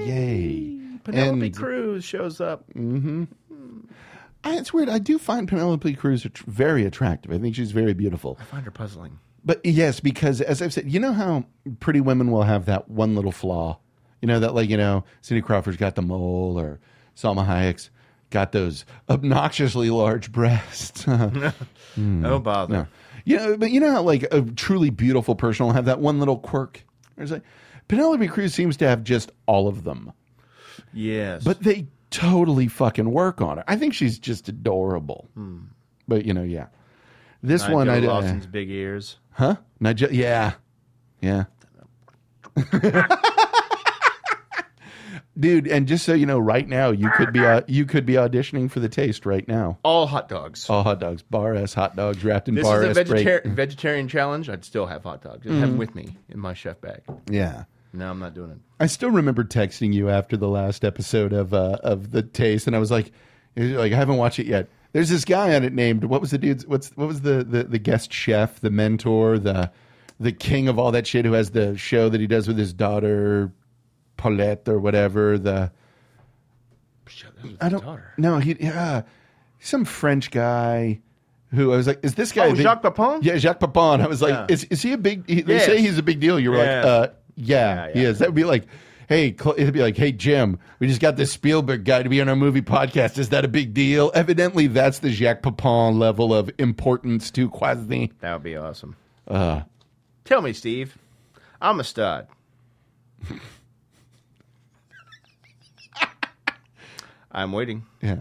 Yay! Penelope And- Cruz shows up. Mm-hmm. I, it's weird. I do find Penelope Cruz att- very attractive. I think she's very beautiful. I find her puzzling. But yes, because as I've said, you know how pretty women will have that one little flaw. You know that, like you know, Cindy Crawford's got the mole, or Salma Hayek's got those obnoxiously large breasts. Hmm. Oh, bother. No. You know, but you know how like a truly beautiful person will have that one little quirk. There's like Penelope Cruz seems to have just all of them. Yes. But they totally fucking work on her. I think she's just adorable. Hmm. But you know, yeah. This Nigel one I Lawson's big ears. Huh? Nigel yeah. Yeah. Dude, and just so you know, right now you could be uh, you could be auditioning for the taste right now. All hot dogs. All hot dogs, bar ass hot dogs wrapped in This bar is a ass break. vegetarian vegetarian challenge. I'd still have hot dogs. I'd have them Mhm. with me in my chef bag. Yeah. No, I'm not doing it. I still remember texting you after the last episode of uh, of the taste, and I was like, like I haven't watched it yet. There's this guy on it named what was the dude's what's what was the the, the guest chef, the mentor, the the king of all that shit who has the show that he does with his daughter Paulette or whatever. The I don't no he yeah some French guy. Who I was like, is this guy? Oh, Jacques Papon? Yeah, Jacques Papon. I was like, Yeah. is, is he a big? He, Yes. They say he's a big deal. You were Yes. like, uh, yeah, he is. That would be like, hey, Cl- it'd be like, hey, Jim, we just got this Spielberg guy to be on our movie podcast. Is that a big deal? Evidently, that's the Jacques Papin level of importance to Quasi. That would be awesome. Uh-huh. Uh, Tell me, Steve. I'm a stud. I'm waiting. yeah.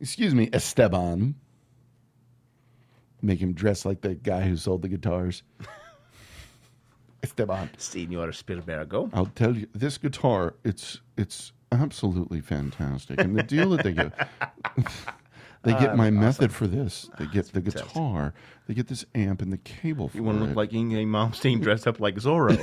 Excuse me, Esteban. Make him dress like the guy who sold the guitars. Esteban. Steve, you are a Spielbergo. I'll tell you, this guitar, it's it's absolutely fantastic. And the deal that they get, they Ah, get my that's method for this. They get the guitar, they get this amp and the cable for You want to it. look like Inge Malmsteen dressed up like Zorro?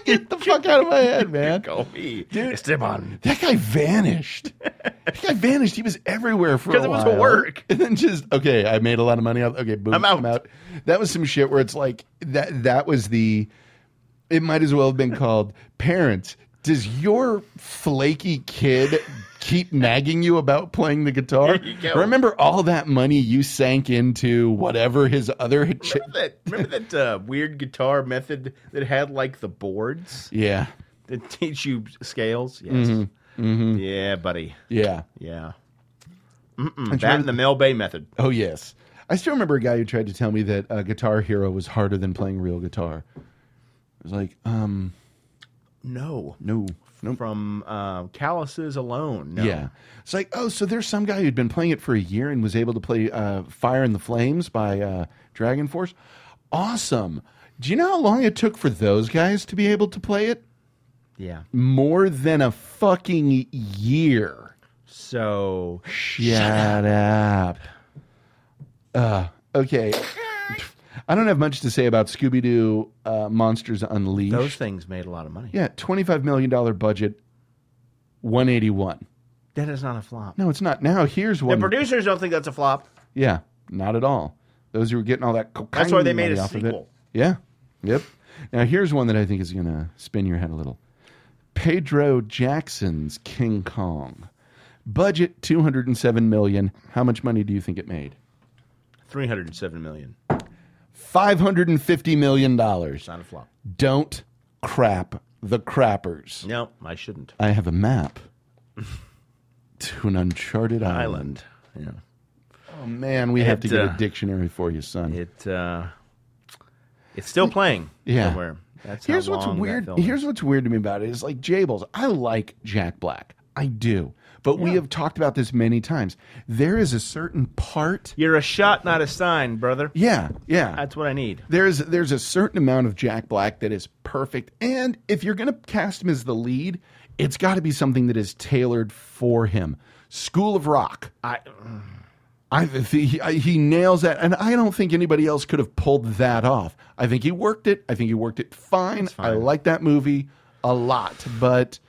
get the fuck out of my head, man. Call me Esteban. That guy vanished. that guy vanished. He was everywhere for a 'Cause while. it was for work. and then just okay. I made a lot of money. Off, okay, boom, I'm out. That was some shit where it's like that. That was the. It might as well have been called parents. Does your flaky kid keep nagging you about playing the guitar? There you go. Remember all that money you sank into whatever his other. Ch- Remember that, remember that uh, weird guitar method that had like the boards yeah. that teach you scales? Yes. Mhm. Mhm. Yeah, buddy. Yeah. Yeah. I'm Mm-mm, sure that and the Mel Bay method. Oh yes, I still remember a guy who tried to tell me that uh, Guitar Hero was harder than playing real guitar. I was like, um, No. No. From uh, calluses alone. No. Yeah. It's like, oh, so there's some guy who'd been playing it for a year and was able to play uh, Fire in the Flames by uh, Dragon Force. Awesome. Do you know how long it took for those guys to be able to play it? Yeah. More than a fucking year. So Shut, up. Uh, okay. I don't have much to say about Scooby Doo uh, Monsters Unleashed. those things made a lot of money. Yeah, $25 million budget, 181 That is not a flop. No, it's not. Now here's The one. producers don't think that's a flop. Yeah, not at all. Those who were getting all that cocaine. That's why they made money a off of it. sequel. Yeah. Yep. Now here's one that I think is going to spin your head a little. Pedro Jackson's King Kong. Budget 207 million. How much money do you think it made? 307 million. 550 million dollars. It's not a flop. Don't crap the crappers. No, I shouldn't. I have a map to an uncharted island. Island. Yeah. Oh man, we have It, to get uh, a dictionary for you, son. It uh it's still playing Yeah. somewhere. That's how here's what's long that weird. film is. Here's what's weird to me about it is like Jables. I like Jack Black. I do. But we have talked about this many times. There is a certain part. You're a shot, not a sign, brother. Yeah, yeah. That's what I need. there's there's a certain amount of Jack Black that is perfect, and if you're going to cast him as the lead, it's got to be something that is tailored for him. School of Rock. I I he, I- he nails that, and I don't think anybody else could have pulled that off. I think he worked it. I think he worked it fine. I like that movie a lot, but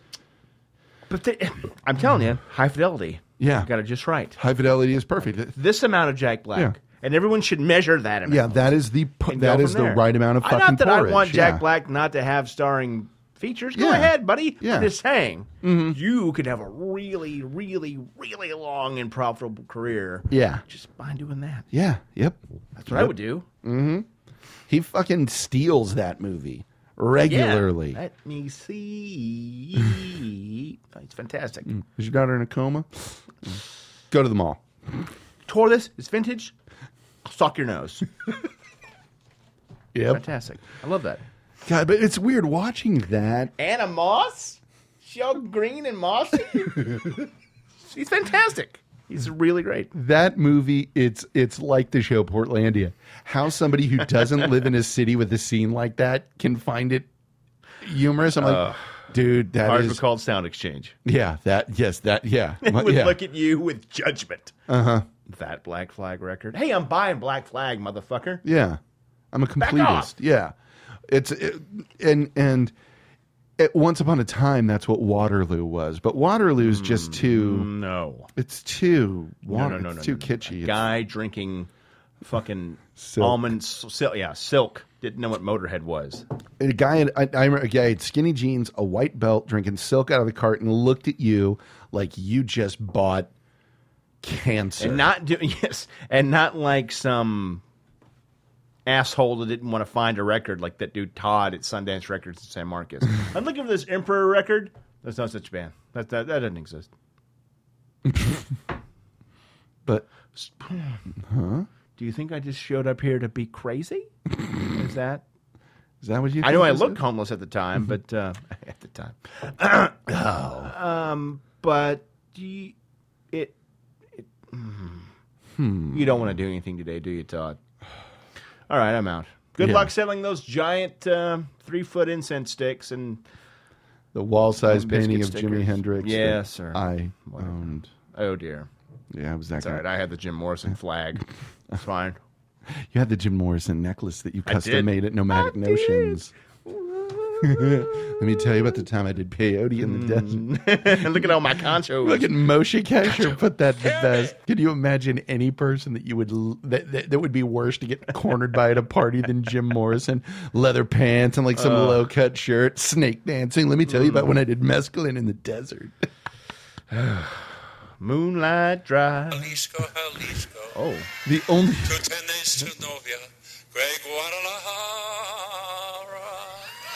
but the, I'm telling you, high fidelity. Yeah. got it just right. high fidelity is perfect. This amount of Jack Black, Yeah. and everyone should measure that amount. Yeah, that is the p- and go that from is the there. right amount of I- fucking Not that porridge, I want Jack yeah. Black not to have starring features. Go Yeah. ahead, buddy. Yeah. Mm-hmm. I'm just saying, you could have a really, really, really long and profitable career. Yeah. just by doing that. Yeah. Yep. That's what I would do He fucking steals that movie regularly. Yeah. Let me see. it's fantastic. Is your daughter in a coma? Go to the mall. Tore this. It's vintage. I'll suck your nose. Yep. fantastic. I love that. God, but it's weird watching that. Anna Moss? She's all green and mossy? She's fantastic. He's really great. That movie, it's it's like the show Portlandia. How somebody who doesn't live in a city with a scene like that can find it humorous. I'm like, dude, that is called Sound Exchange. yeah, that yes, that yeah, My- would yeah. Uh-huh. look at you with judgment. Uh huh. That Black Flag record. Hey, I'm buying Black Flag, motherfucker. Yeah, I'm a completist. off. Yeah, it's it, and and it, once upon a time that's what Waterloo was, but Waterloo's just too. No. It's too No, water. Hmm. no, no, it's no. too no, no. kitschy. A It's- guy drinking fucking Silk. almond silk. Yeah, silk. Didn't know what Motorhead was. a guy in, I, I remember a guy had skinny jeans, a white belt, drinking silk out of the cart, and looked at you like you just bought cancer. And not do yes, and not like some asshole that didn't want to find a record like that dude Todd at Sundance Records in San Marcos. I'm looking for this Emperor record. There's no such band. That that, that doesn't exist. but Do you think I just showed up here to be crazy? Is that? is that what you? I know think I this looked is? homeless at the time, Mm-hmm. but uh, at the time, Oh. um, but you, it, it mm. you don't want to do anything today, do you, Todd? All right, I'm out. Good Yeah. luck selling those giant uh, three foot incense sticks and the wall size Biscuit painting of Jimi stickers. Hendrix. that Yeah, sir. I Whatever. owned. oh dear, Yeah, I was that it's guy. all right. I had the Jim Morrison flag. It's fine. You had the Jim Morrison necklace that you I custom did. made at Nomadic Notions. Let me tell you about the time I did peyote in the Mm. desert. Look at all my conchos. Look at Moshe Kasher put that the best. Can you imagine any person that you would l- that, that, that would be worse to get cornered by at a party than Jim Morrison? Leather pants and like some low cut shirt, snake dancing. Let me tell you about when I Mm. did mescaline in the desert. Moonlight Drive. Jalisco, Jalisco, Oh, The only to Tenes, to Novia, Greg Guadalajara.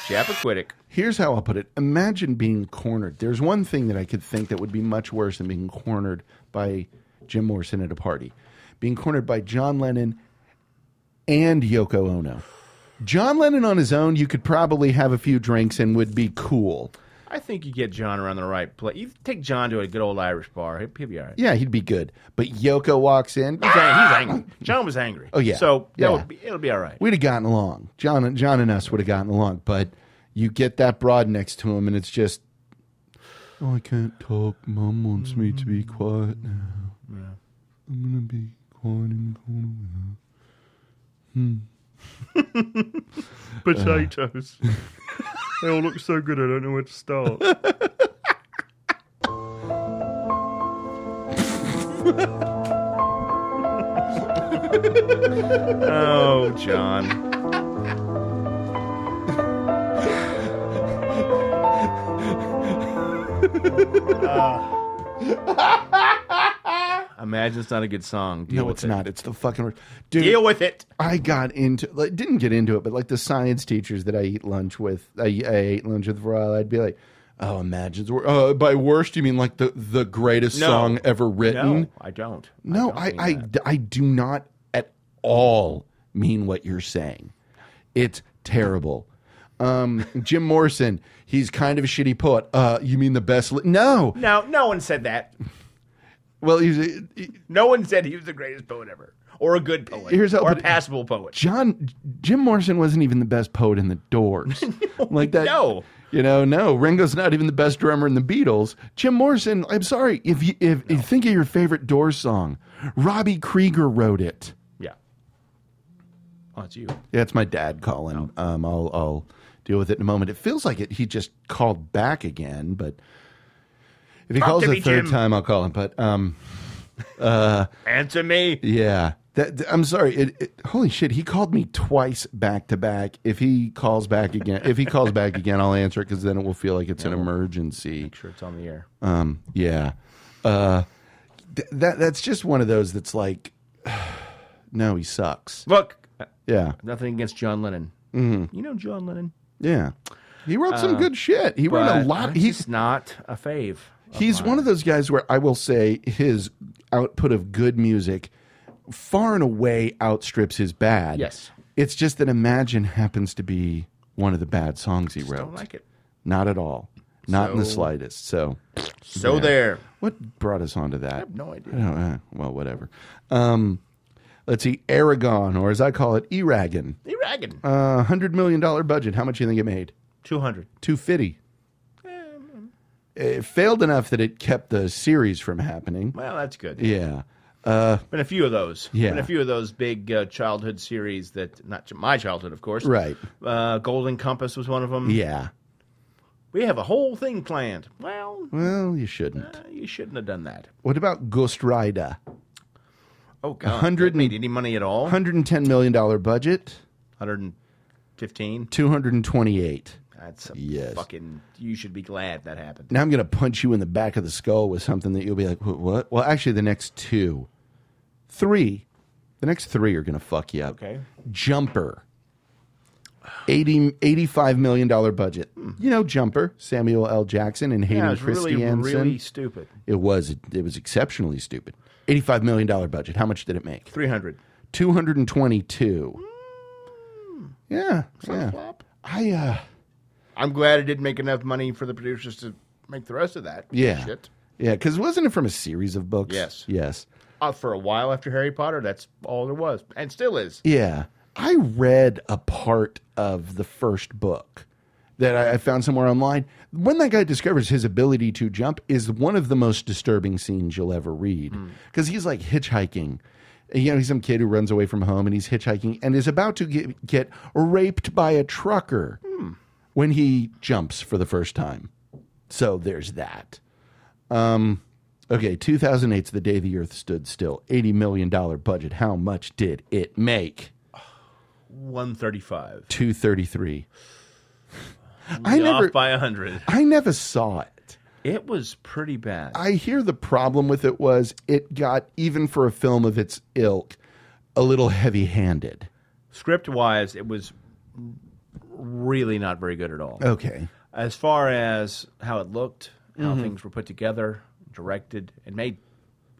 Chappaquiddick. Here's how I'll put it. Imagine being cornered. There's one thing that I could think that would be much worse than being cornered by Jim Morrison at a party. Being cornered by John Lennon and Yoko Ono. John Lennon on his own, you could probably have a few drinks and would be cool. I think you get John around the right place. You take John to a good old Irish bar. He'll, he'll be all right. Yeah, he'd be good. But Yoko walks in. He's, ang- he's angry. John was angry. Oh, yeah. So that Yeah. would be, it'll be all right. We'd have gotten along. John and John and us would have gotten along. But you get that broad next to him, and it's just, oh, I can't talk. Mom wants me to be quiet now. I'm gonna be quiet in the corner. with her." Hmm. Potatoes. they all look so good, I don't know where to start. oh, John. Ah. Imagine it's not a good song. Deal no, with it's it. not. It's the fucking worst. Dude, Deal with it. I got into like didn't get into it, but like the science teachers that I eat lunch with, I, I ate lunch with for a while. I'd be like, "Oh, imagine uh, by worst you mean like the the greatest No. song ever written?" No, I don't. No, I I, d- I do not at all mean what you're saying. It's terrible. Um, Jim Morrison, he's kind of a shitty poet. Uh, you mean the best? Li- no, No, no one said that. Well, he's uh, a, no one said he was the greatest poet ever, or a good poet, Here's how- or a but- passable poet. John Jim Morrison wasn't even the best poet in the Doors. like that. No. You know, no. Ringo's not even the best drummer in the Beatles. Jim Morrison, I'm sorry, if you if, if think of your favorite Doors song, Robbie Krieger wrote it. Yeah. Oh, it's you. Yeah, it's my dad calling. Oh. Um, I'll I'll deal with it in a moment. It feels like it. He just called back again, but if he Talk calls to the me, third Jim. time, I'll call him. But um, uh, Answer me. Yeah, that th- I'm sorry. It, it, holy shit, he called me twice back to back. If he calls back again, if he calls back again, I'll answer it because then it will feel like it's an emergency. Make sure it's on the air. Um, yeah, uh, th- that that's just one of those that's like, no, he sucks. Look. Yeah. Uh, Nothing against John Lennon. Mhm. You know John Lennon. Yeah, he wrote some Uh, good shit. He wrote a but lot. I'm He's just not a fave. He's one of those guys where I will say his output of good music far and away outstrips his bad. Yes. It's just that Imagine happens to be one of the bad songs he wrote. don't like it. Not at all. Not in the So- slightest. So So there. What brought us onto that? I have no idea. don't- uh, well, whatever. Um, let's see. Aragon, or as I call it, Eragon. Eragon. Uh, $100 million budget. How much do you think it made? 200. 250. Eh, mm. It failed enough that it kept the series from happening. Well, that's good. Yeah. Uh, Been a few of those. Yeah. Been a few of those big uh, childhood series that, not ch- my childhood, of course. Right. Uh, Golden Compass was one of them. yeah. We have a whole thing planned. Well, uh, Well, you shouldn't. you shouldn't have done that. What about Ghost Rider? Oh, God. hundred That made any money at all? $110 million budget, 115. 228 That's a Yes. fucking, you should be glad that happened. Now I'm going to punch you in the back of the skull with something that you'll be like, "Wh- what? Well, actually, the next two, three, the next three are going to fuck you up. Okay. Jumper, 80, $85 million budget. You know, Jumper, Samuel L. Jackson and Hayden Hmm. yeah, it was really, Christensen. really stupid. It was it was exceptionally stupid. Eighty-five million dollar budget. How much did it make? 300. Two hundred and twenty-two. Mm. Yeah, yeah. I uh, I'm glad it didn't make enough money for the producers to make the rest of that. yeah, Shit. yeah. Because wasn't it from a series of books? Yes. yes, Uh, for a while after Harry Potter, that's all there was, and still is. yeah. I read a part of the first book that I, I found somewhere online. When that guy discovers his ability to jump is one of the most disturbing scenes you'll ever read because he's like hitchhiking. You know, he's some kid who runs away from home and he's hitchhiking and is about to get, get raped by a trucker when he jumps for the first time. So there's that. Um, okay, 2008's the day the earth stood still. $80 million budget. How much did it make? 135. 233. I never- off by 100. I never saw it. It was pretty bad. I hear the problem with it was it got, even for a film of its ilk, a little heavy handed. Script wise, it was really not very good at all. Okay. As far as how it looked, how Mhm. things were put together, directed, and made,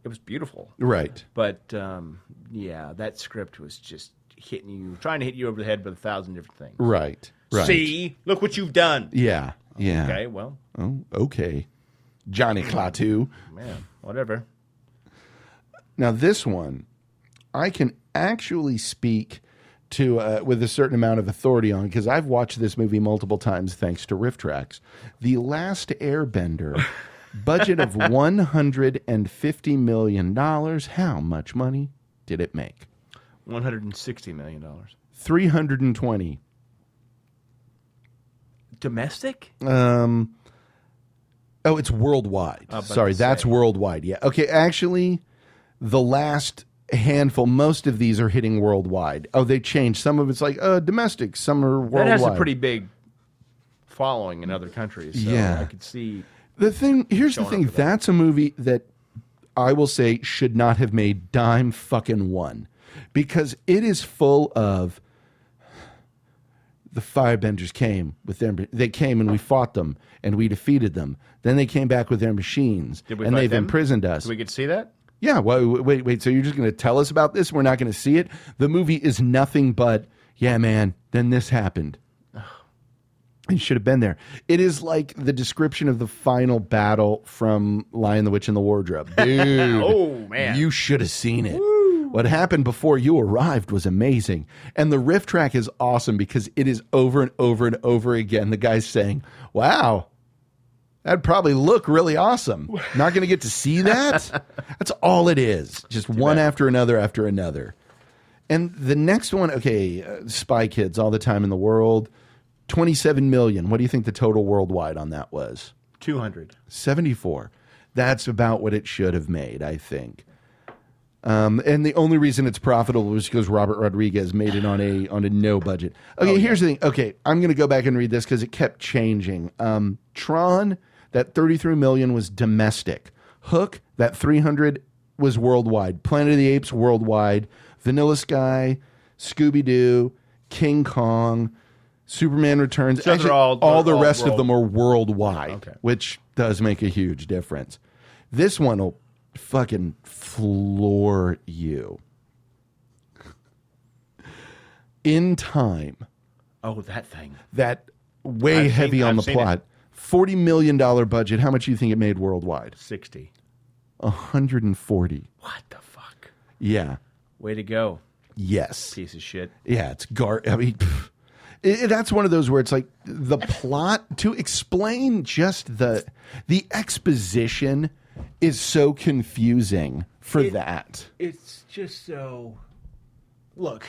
it was beautiful. Right. But um, yeah, that script was just hitting you, trying to hit you over the head with a thousand different things. Right. Right. See, look what you've done. Yeah. Yeah. Okay. Well. Oh, okay. Johnny Klaatu. Man, whatever. Now this one, I can actually speak to uh, with a certain amount of authority on because I've watched this movie multiple times thanks to Riff Tracks. The Last Airbender, budget of one hundred and fifty million dollars. How much money did it make? One hundred and sixty million dollars. Three hundred and twenty. Domestic? Um. Oh, it's worldwide. I was about Sorry, to that's say. worldwide. Yeah. Okay. Actually, the last handful, most of these are hitting worldwide. Oh, they changed. Some of it's like uh, domestic. Some are worldwide. That has a pretty big following in other countries. So Yeah. I could see. The thing here's the showing up thing. for that. That's a movie that I will say should not have made dime fucking one because it is full of the firebenders came with their they came and we fought them and we defeated them. Then they came back with their machines Did we and fight they've them? imprisoned us. So we could see that. Yeah, well, wait, wait. So you're just going to tell us about this? We're not going to see it. The movie is nothing but, yeah, man. Then this happened. It should have been there. It is like the description of the final battle from Lion, the Witch, and the Wardrobe. Dude, Oh, man. you should have seen it. What happened before you arrived was amazing. And the riff track is awesome because it is over and over and over again. The guy's saying, Wow, That'd probably look really awesome. Not going to get to see that? That's all it is. Just one after another after another. And the next one, okay, uh, Spy Kids, all the time in the world. 27 million. What do you think the total worldwide on that was? Two hundred. 74. That's about what it should have made, I think. Um, and the only reason it's profitable was because Robert Rodriguez made it on a on a no budget. Oh, Okay, here's the thing. Okay, I'm going to go back and read this because it kept changing. Um, Tron, that 33 million was domestic. Hook, that 300 was worldwide. Planet of the Apes worldwide. Vanilla Sky, Scooby Doo, King Kong, Superman Returns. So they're all- they're the all rest of world- them are worldwide, which does make a huge difference. This one will fucking floor you. In time, Oh, that thing. that way I've seen- heavy on I've the seen plot. it. Forty million dollar budget. How much do you think it made worldwide? Sixty. hundred and forty. What the fuck? Yeah. Way to go. Yes. Piece of shit. Yeah, it's gar. I mean, pff. It- it- that's one of those where it's like the plot to explain just the the exposition is so confusing for that. It's just so. Look,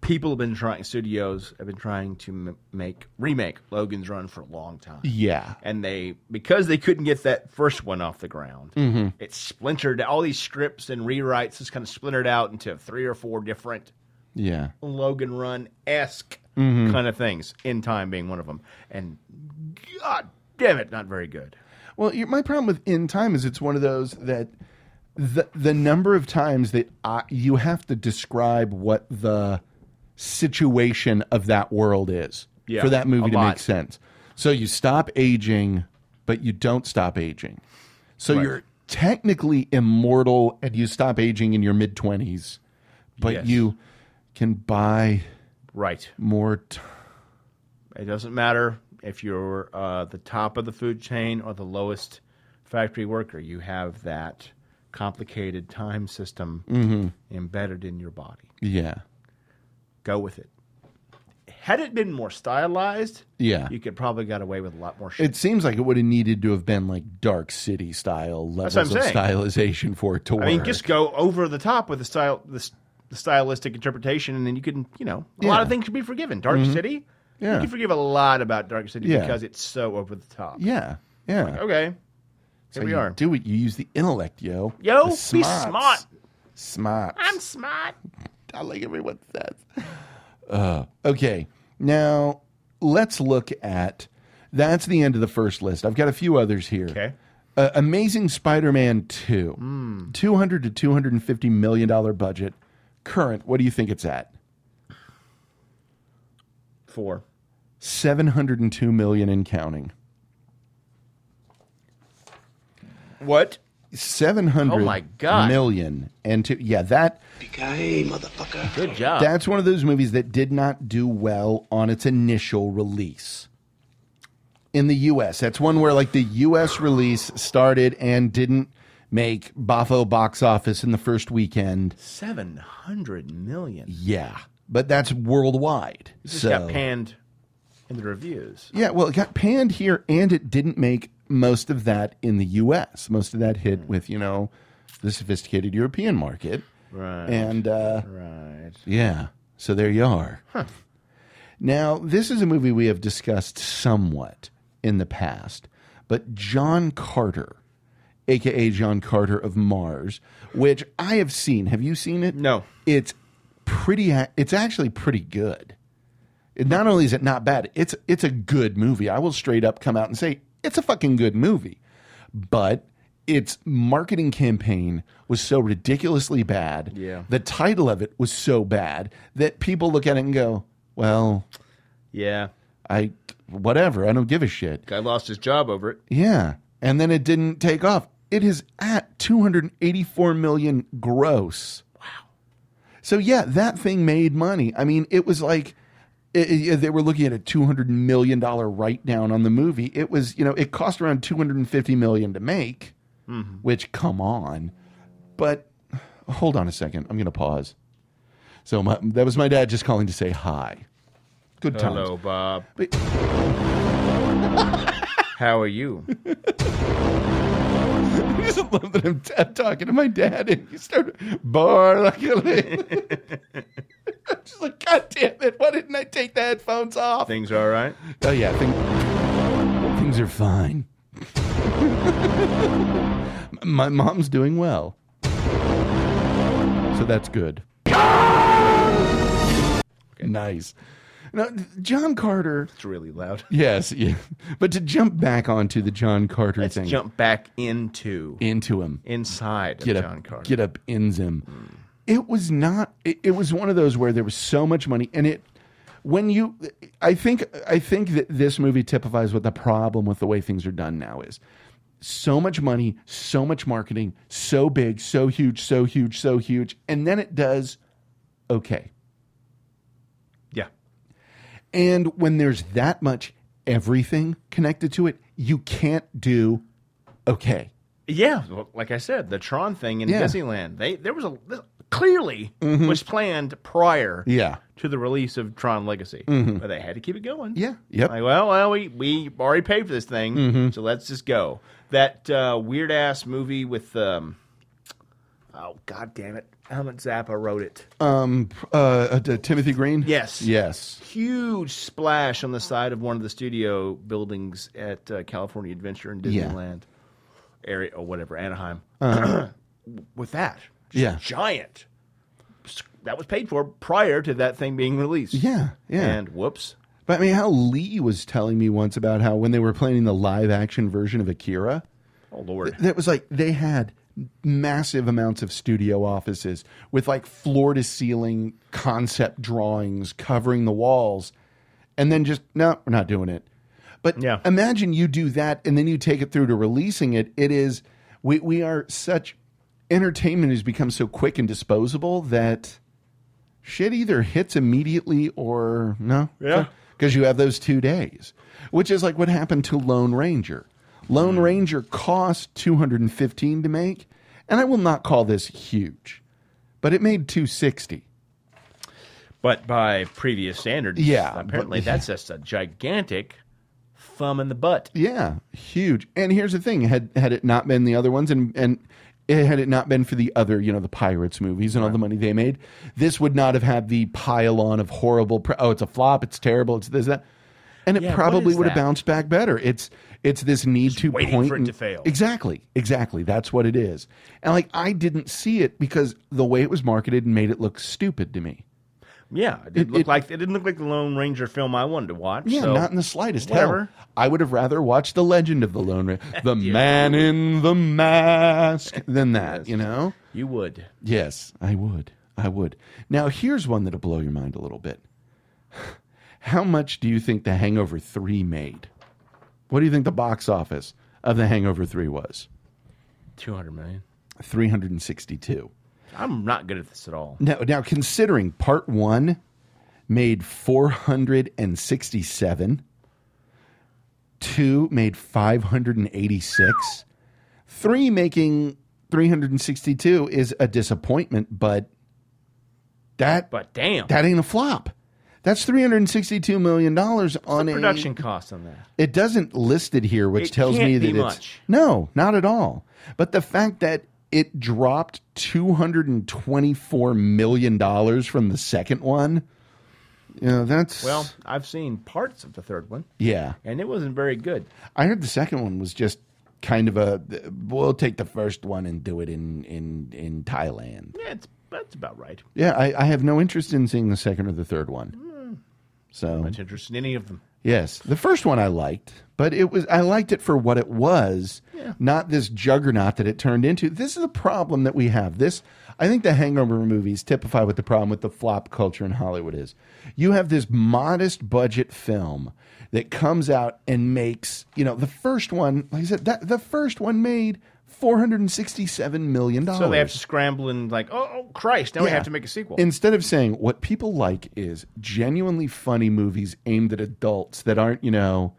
people have been trying. Studios have been trying to m- make remake Logan's Run for a long time. Yeah. and they because they couldn't get that first one off the ground, Mhm. it splintered. All these scripts and rewrites just kind of splintered out into three or four different Yeah. Logan Run esque Mhm. kind of things. In time being one of them, and god damn it, not very good. Well, you my problem with in time is it's one of those that the the number of times that I, you have to describe what the situation of that world is Yeah, for that a movie to lot. make sense. So you stop aging, but you don't stop aging. So Right. you're technically immortal and you stop aging in your mid 20s, but Yes. you can buy Right. more time. It doesn't matter if you're uh, the top of the food chain or the lowest factory worker. You have that complicated time system Mhm. embedded in your body. Yeah. Go with it. Had it been more stylized, Yeah. you could probably got away with a lot more shit. It seems like it would have needed to have been like Dark City style levels That's what of I'm stylization for it to work. I mean, just go over the top with the style, the, s- the stylistic interpretation, and then you can, you know, a lot of things can be forgiven. Dark Mhm. City, Yeah. you can forgive a lot about Dark City Yeah. because it's so over the top. yeah, yeah. Okay, here So we you are. Do it. You use the intellect, yo. The Yo, be smarts. smart. Smart. I'm smart. I like everyone says. Uh, okay. Now let's look at. That's the end of the first list. I've got a few others here. Okay. Uh, Amazing Spider-Man Two, Hmm. two hundred to two hundred and fifty million dollar budget. Current. What do you think it's at? Four. 702 million and counting. What? seven hundred. Oh my God. Million and two. Yeah, that. Hey, motherfucker. Good job. That's one of those movies that did not do well on its initial release in the U.S. That's one where like the U.S. release started and didn't make Bafo box office in the first weekend. Seven hundred million. Yeah, but that's worldwide. It just so got panned in the reviews. yeah, well, it got panned here, and it didn't make most of that in the U.S. Most of that Hmm. hit with you know the sophisticated European market. Right. And uh, right. Yeah. So there you are. Huh. Now, this is a movie we have discussed somewhat in the past, but John Carter, aka John Carter of Mars, which I have seen. Have you seen it? No. It's pretty a- it's actually pretty good. It, not only is it not bad, it's it's a good movie. I will straight up come out and say it's a fucking good movie. But its marketing campaign was so ridiculously bad. Yeah. The title of it was so bad that people look at it and go, "Well, Yeah. I whatever, I don't give a shit." Guy lost his job over it. Yeah. And then it didn't take off. It is at 284 million gross. Wow. So yeah, that thing made money. I mean, it was like it, it- they were looking at a 200 million dollar write down on the movie. It was, you know, it cost around 250 million to make, which come on. But hold on a second. I'm going to pause. So my, that was my dad just calling to say hi. Good times. Hello, Bob. But- How are you? I just love that I'm, I'm talking to my dad and you start bar like I'm just like, God damn it, why didn't I take the headphones off? Things are all right. Oh yeah, thing- things are fine. my mom's doing well. So that's good. Nice. Now, John Carter. It's really loud. Yes, yeah. But to jump back onto the John Carter Let's thing. jump back into into him. inside get of up, John Carter. Hmm. Get up ends him. It was not. It, it was one of those where there was so much money, and it. When you, I think, I think that this movie typifies what the problem with the way things are done now is. So much money, so much marketing, so big, so huge, so huge, so huge, and then it does okay. Yeah. And when there's that much everything connected to it, you can't do okay. Yeah, well, like I said, the Tron thing in Yeah. Mm-hmm. Disneyland. They there was a this clearly was planned prior Yeah. to the release of Tron Legacy, but they had to keep it going. Mm-hmm. Yeah. Yep. Like, well, well, we we already paid for this thing, Mhm. so let's just go. That uh, weird ass movie with um, oh god damn it, Helmut Zappa wrote it. Um. Uh. uh t- Timothy Green. Yes. Yes. Huge splash on the side of one of the studio buildings at uh, California Adventure in Yeah. Disneyland area or whatever Anaheim. Uh-huh. With that, Yeah. giant. That was paid for prior to that thing being released. Yeah, yeah. And whoops. But I mean, how Lee was telling me once about how when they were planning the live action version of Akira, Oh lord. that was like they had massive amounts of studio offices with like floor to ceiling concept drawings covering the walls, and then just no, we're not doing it. But Yeah. imagine you do that and then you take it through to releasing it. It is we we are such entertainment has become so quick and disposable that shit either hits immediately or no. Yeah. Because you have those two days, which is like what happened to Lone Ranger. Lone Ranger cost 215 to make, and I will not call this huge, but it made 260. But by previous standards, Yeah, apparently but- that's just a gigantic thumb in the butt. Yeah, huge. And here's the thing: had had it not been the other ones, and and it, had it not been for the other, you know, the pirates movies and all the money they made, this would not have had the pile on of horrible. Pr- oh, it's a flop. It's terrible. It's this that, and it Yeah, what probably is would have that? bounced back better. It's it's this need to waiting point for it and- to fail. Exactly, exactly. That's what it is. And like I didn't see it because the way it was marketed made it look stupid to me. Yeah, it didn't look like it didn't look like the Lone Ranger film I wanted to watch. Yeah, so not in the slightest. whatever. Hell, I would have rather watched The Legend of the Lone Ranger, The Man in the Mask, than that, you know? You would. Yes, I would. I would. Now, here's one that'll blow your mind a little bit. How much do you think The Hangover 3 made? What do you think the box office of The Hangover 3 was? Two hundred million. Three hundred and sixty-two. I'm not good at this at all. Now, now considering part one made four hundred and sixty-seven, two made five hundred and eighty-six, three making three hundred and sixty-two is a disappointment, but that but damn, that ain't a flop. That's three hundred and sixty-two million dollars What's on the a- production cost on that. it doesn't list it here, which It tells me can't that it's be much. no, not at all. But the fact that it dropped two hundred and twenty-four million dollars from the second one, you know, that's Well, I've seen parts of the third one, yeah. and it wasn't very good. I heard the second one was just kind of a we'll take the first one and do it in in in Thailand. Yeah, it's that's about right. Yeah, I, I have no interest in seeing the second or the third one. Hmm. So Much interest in any of them. Yes, the first one I liked, but it was I liked it for what it was, Yeah. not this juggernaut that it turned into. This is the problem that we have. This I think the Hangover movies typify what the problem with the flop culture in Hollywood is. You have this modest budget film that comes out and makes, you know, the first one, like I said, that the first one made 467 million dollars. So they have to scramble and like, oh, oh, Christ! Now we Yeah. have to make a sequel. Instead of saying what people like is genuinely funny movies aimed at adults that aren't, you know,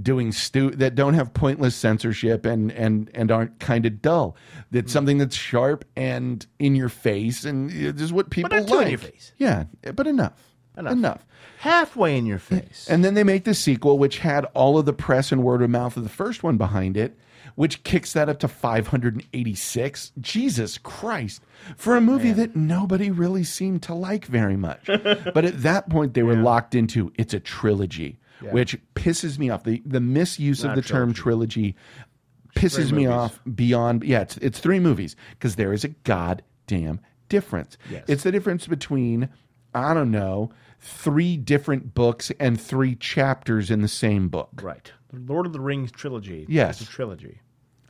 doing stu that don't have pointless censorship and and and aren't kind of dull. That's something that's sharp and in your face and uh, this is what people not too like. in your face. Yeah, but enough. Enough. enough. halfway in your face. And then they make the sequel, which had all of the press and word of mouth of the first one behind it, which kicks that up to 586. Jesus Christ. For a movie that nobody really seemed to like very much. but at that point, they were locked into it's a trilogy, Yeah. which pisses me off. The, the misuse Not of the term trilogy pisses three me movies. off beyond. Yeah, it's, it's three movies because there is a goddamn difference. Yes. It's the difference between, I don't know, three different books and three chapters in the same book. Right. The Lord of the Rings trilogy. Yes. It's a trilogy.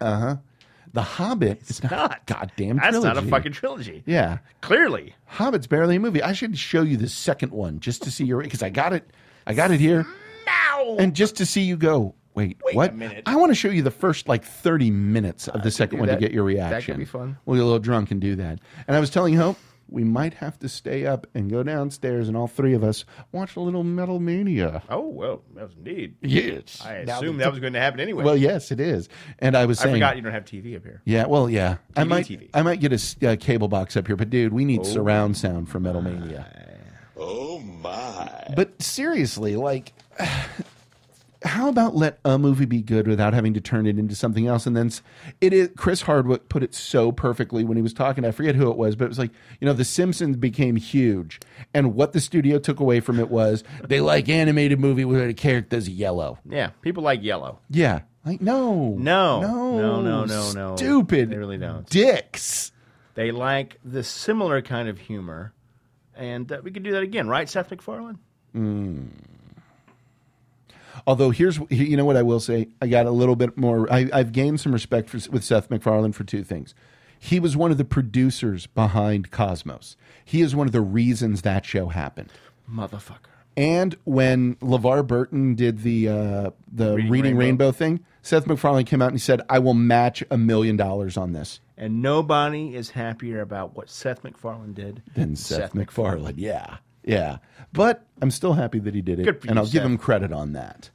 Uh huh. The Hobbit is not, a goddamn That's trilogy. not a fucking trilogy. Yeah. Clearly. Hobbit's barely a movie. I should show you the second one just to see your because I got it. I got it here. And just to see you go, wait, Wait what? a minute. Uh, I want to show you the first like 30 minutes of the second do one to that. get your That could reaction. be fun. We'll get a little drunk and do that. And I was telling Hope, we might have to stay up and go downstairs and all three of us watch a little Metal Mania. Oh, well, that was indeed. Yes. I Now assumed the- that was going to happen anyway. Well, yes, it is. And I was I saying, forgot you don't have TV up here. yeah, well, yeah. I TV, might, TV. I might get a s- uh, cable box up here, but dude, we Oh need surround sound for Metal Mania. Oh my. But seriously, like, how about let a movie be good without having to turn it into something else? And then s- it is Chris Hardwick put it so perfectly when he was talking. I forget who it was, but it was like you know, The Simpsons became huge, and what the studio took away from it was they like animated movie where the character's yellow. Yeah. People like yellow. Yeah, like no, No. no, No, no, no, no. stupid. They really don't. dicks. They like the similar kind of humor. And uh, we could do that again, right, Seth MacFarlane? Mm. Although here's you know what I will say, I got a little bit more. I, I've gained some respect for, with Seth MacFarlane for two things. He was one of the producers behind Cosmos. He is one of the reasons that show happened. Motherfucker. And when LeVar Burton did the uh, the Reading, Rainbow. thing, Seth MacFarlane came out and he said, "I will match a million dollars on this." And nobody is happier about what Seth MacFarlane did Than Seth, MacFarlane, yeah, yeah. But I'm still happy that he did it, Good for and you, I'll give Seth. him credit on that.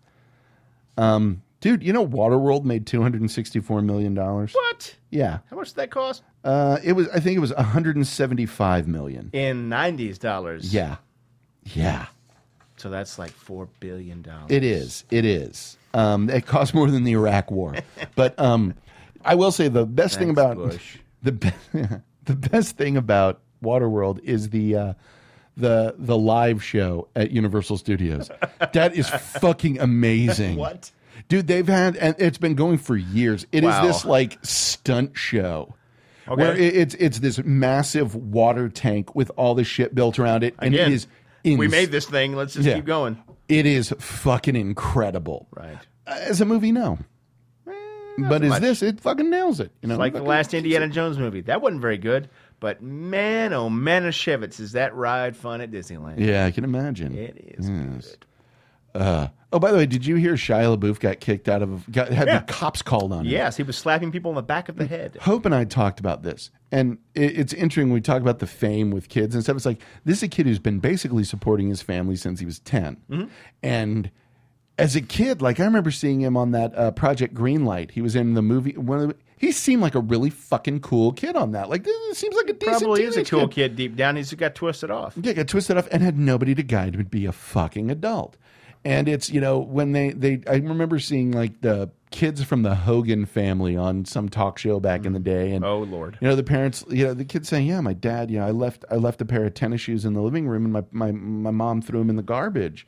Um, dude, you know Waterworld made 264 million dollars. What? Yeah. How much did that cost? Uh, it was. I think it was 175 million. In 90s dollars. Yeah, yeah. So that's like $4 billion. It is. It is. Um, it cost more than the Iraq War, but um, I will say the best thing Thanks, about Bush. the be- the best thing about Waterworld is the uh, the the live show at Universal Studios. that is fucking amazing. What? dude? They've had and it's been going for years. It is Wow. this like stunt show. Okay. Where it- it's it's this massive water tank with all the shit built around it, and Again, it is we ins- made this thing. Let's just Yeah. keep going. it is fucking incredible. Right. As a movie, no. But Eh, so is much. this? It fucking nails it. You know, It's like the Fucking- last Indiana Jones movie. That wasn't very good, but man, oh man, of Shevitz, is that ride fun at Disneyland? Yeah, I can imagine. It is Yes. Uh, oh, by the way, did you hear Shia LaBeouf got kicked out of? Got, had Yeah. the cops called on him? Yes, he was slapping people on the back of the head. Hope and I talked about this, and it, it's interesting when we talk about the fame with kids and stuff. It's like this is a kid who's been basically supporting his family since he was 10 Mm-hmm. and as a kid, like I remember seeing him on that uh, Project Greenlight. He was in the movie. One of the, he seemed like a really fucking cool kid on that. Like this seems like a decent Probably is a teenage cool kid deep down. He's got twisted off. Yeah, got twisted off and had nobody to guide him to be a fucking adult. And it's you know when they they I remember seeing like the kids from the Hogan family on some talk show back in the day, and Oh Lord. you know the parents, you know the kids saying, "Yeah, my dad, you know, I left I left a pair of tennis shoes in the living room, and my my my mom threw them in the garbage,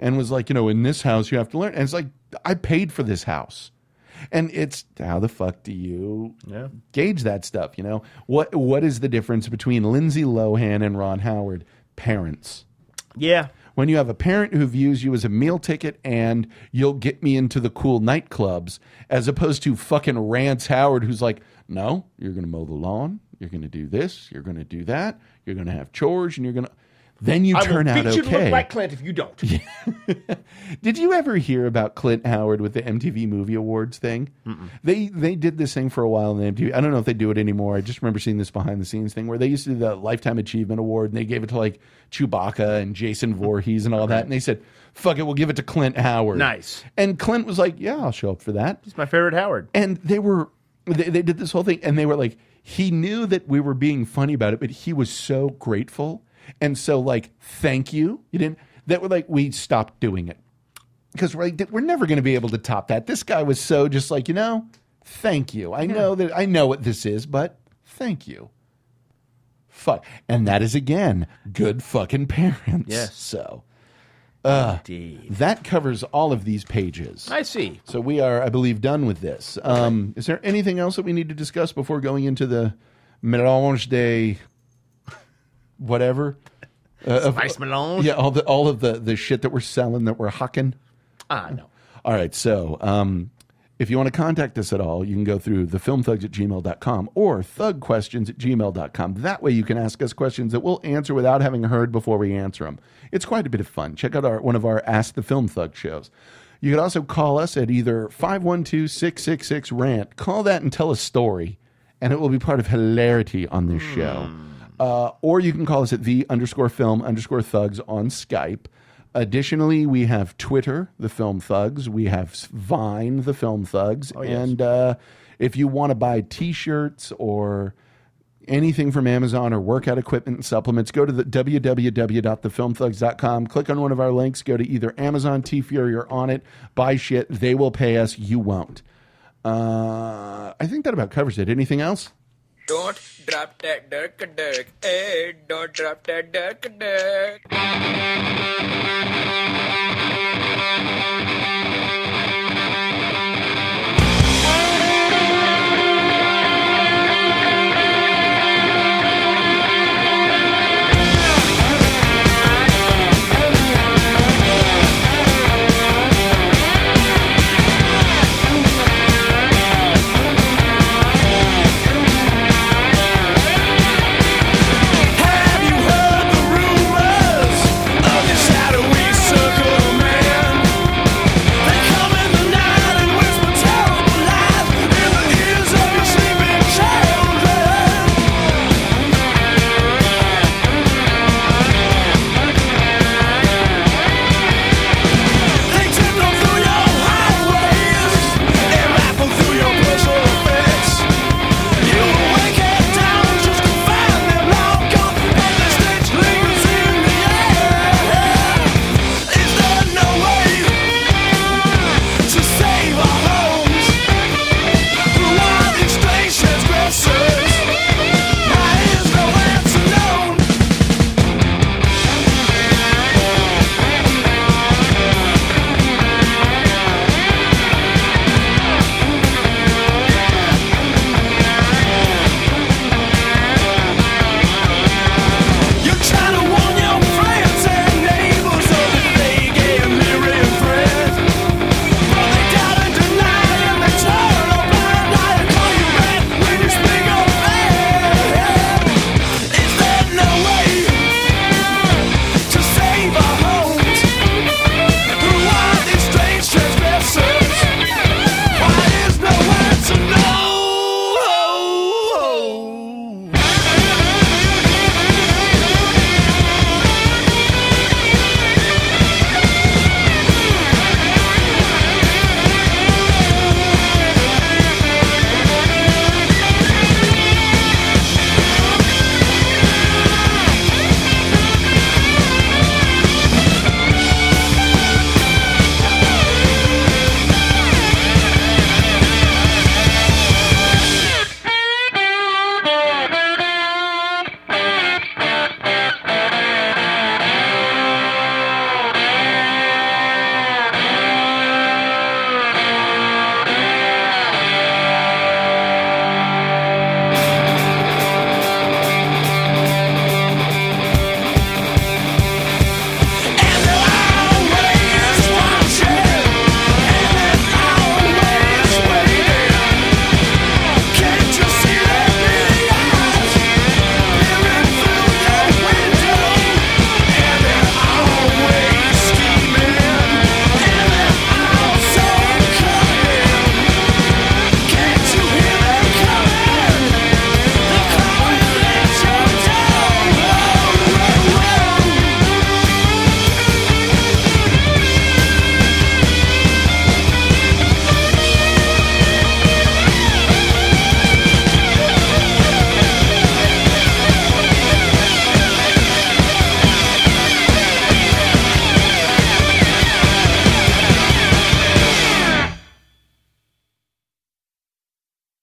and was like, you know, in this house you have to learn, and it's like I paid for this house, and it's how the fuck do you Yeah. gauge that stuff? You know what what is the difference between Lindsay Lohan and Ron Howard? Parents. Yeah. When you have a parent who views you as a meal ticket and you'll get me into the cool nightclubs, as opposed to fucking Rance Howard, who's like, no, you're going to mow the lawn, you're going to do this, you're going to do that, you're going to have chores, and you're going to. Then you I turn will out beat you to okay. look like Clint if you don't. Did you ever hear about Clint Howard with the MTV Movie Awards thing? They they did this thing for a while in the MTV. I don't know if they do it anymore. I just remember seeing this behind the scenes thing where they used to do the Lifetime Achievement Award and they gave it to like Chewbacca and Jason Voorhees and all that. And they said, "Fuck it, we'll give it to Clint Howard." Nice. And Clint was like, "Yeah, I'll show up for that." He's my favorite Howard. And they were they, they did this whole thing and they were like he knew that we were being funny about it, but he was so grateful and so like thank you. You didn't that were like we stopped doing it because we're like, we're never going to be able to top that. This guy was so just like you know, thank you. I know that I know what this is, but thank you. Fuck, and that is again good fucking parents. Yes. So, uh, Indeed. that covers all of these pages. I see. So we are, I believe, done with this. Um, is there anything else that we need to discuss before going into the mélange de whatever? Uh, of- Spice melange? Yeah, all the all of the the shit that we're selling that we're hucking. Ah no. All right, so um, if you want to contact us at all, you can go through thefilmthugs at gmail.com or thugquestions at gmail.com. That way you can ask us questions that we'll answer without having heard before we answer them. It's quite a bit of fun. Check out our one of our Ask the Film Thug shows. You could also call us at either 512 666 RANT. Call that and tell a story, and it will be part of hilarity on this show. Uh, or you can call us at the underscore film underscore thugs on Skype. Additionally, we have Twitter, the Film Thugs. We have Vine, the Film Thugs. And uh, if you want to buy T-shirts or anything from Amazon or workout equipment and supplements, go to the www.thefilmthugs.com. Click on one of our links. Go to either Amazon, T Fury, or on it. Buy shit. They will pay us. You won't. Uh, I think that about covers it. Anything else? Don't drop that dirk dirk. Hey, don't drop that dirk dirk.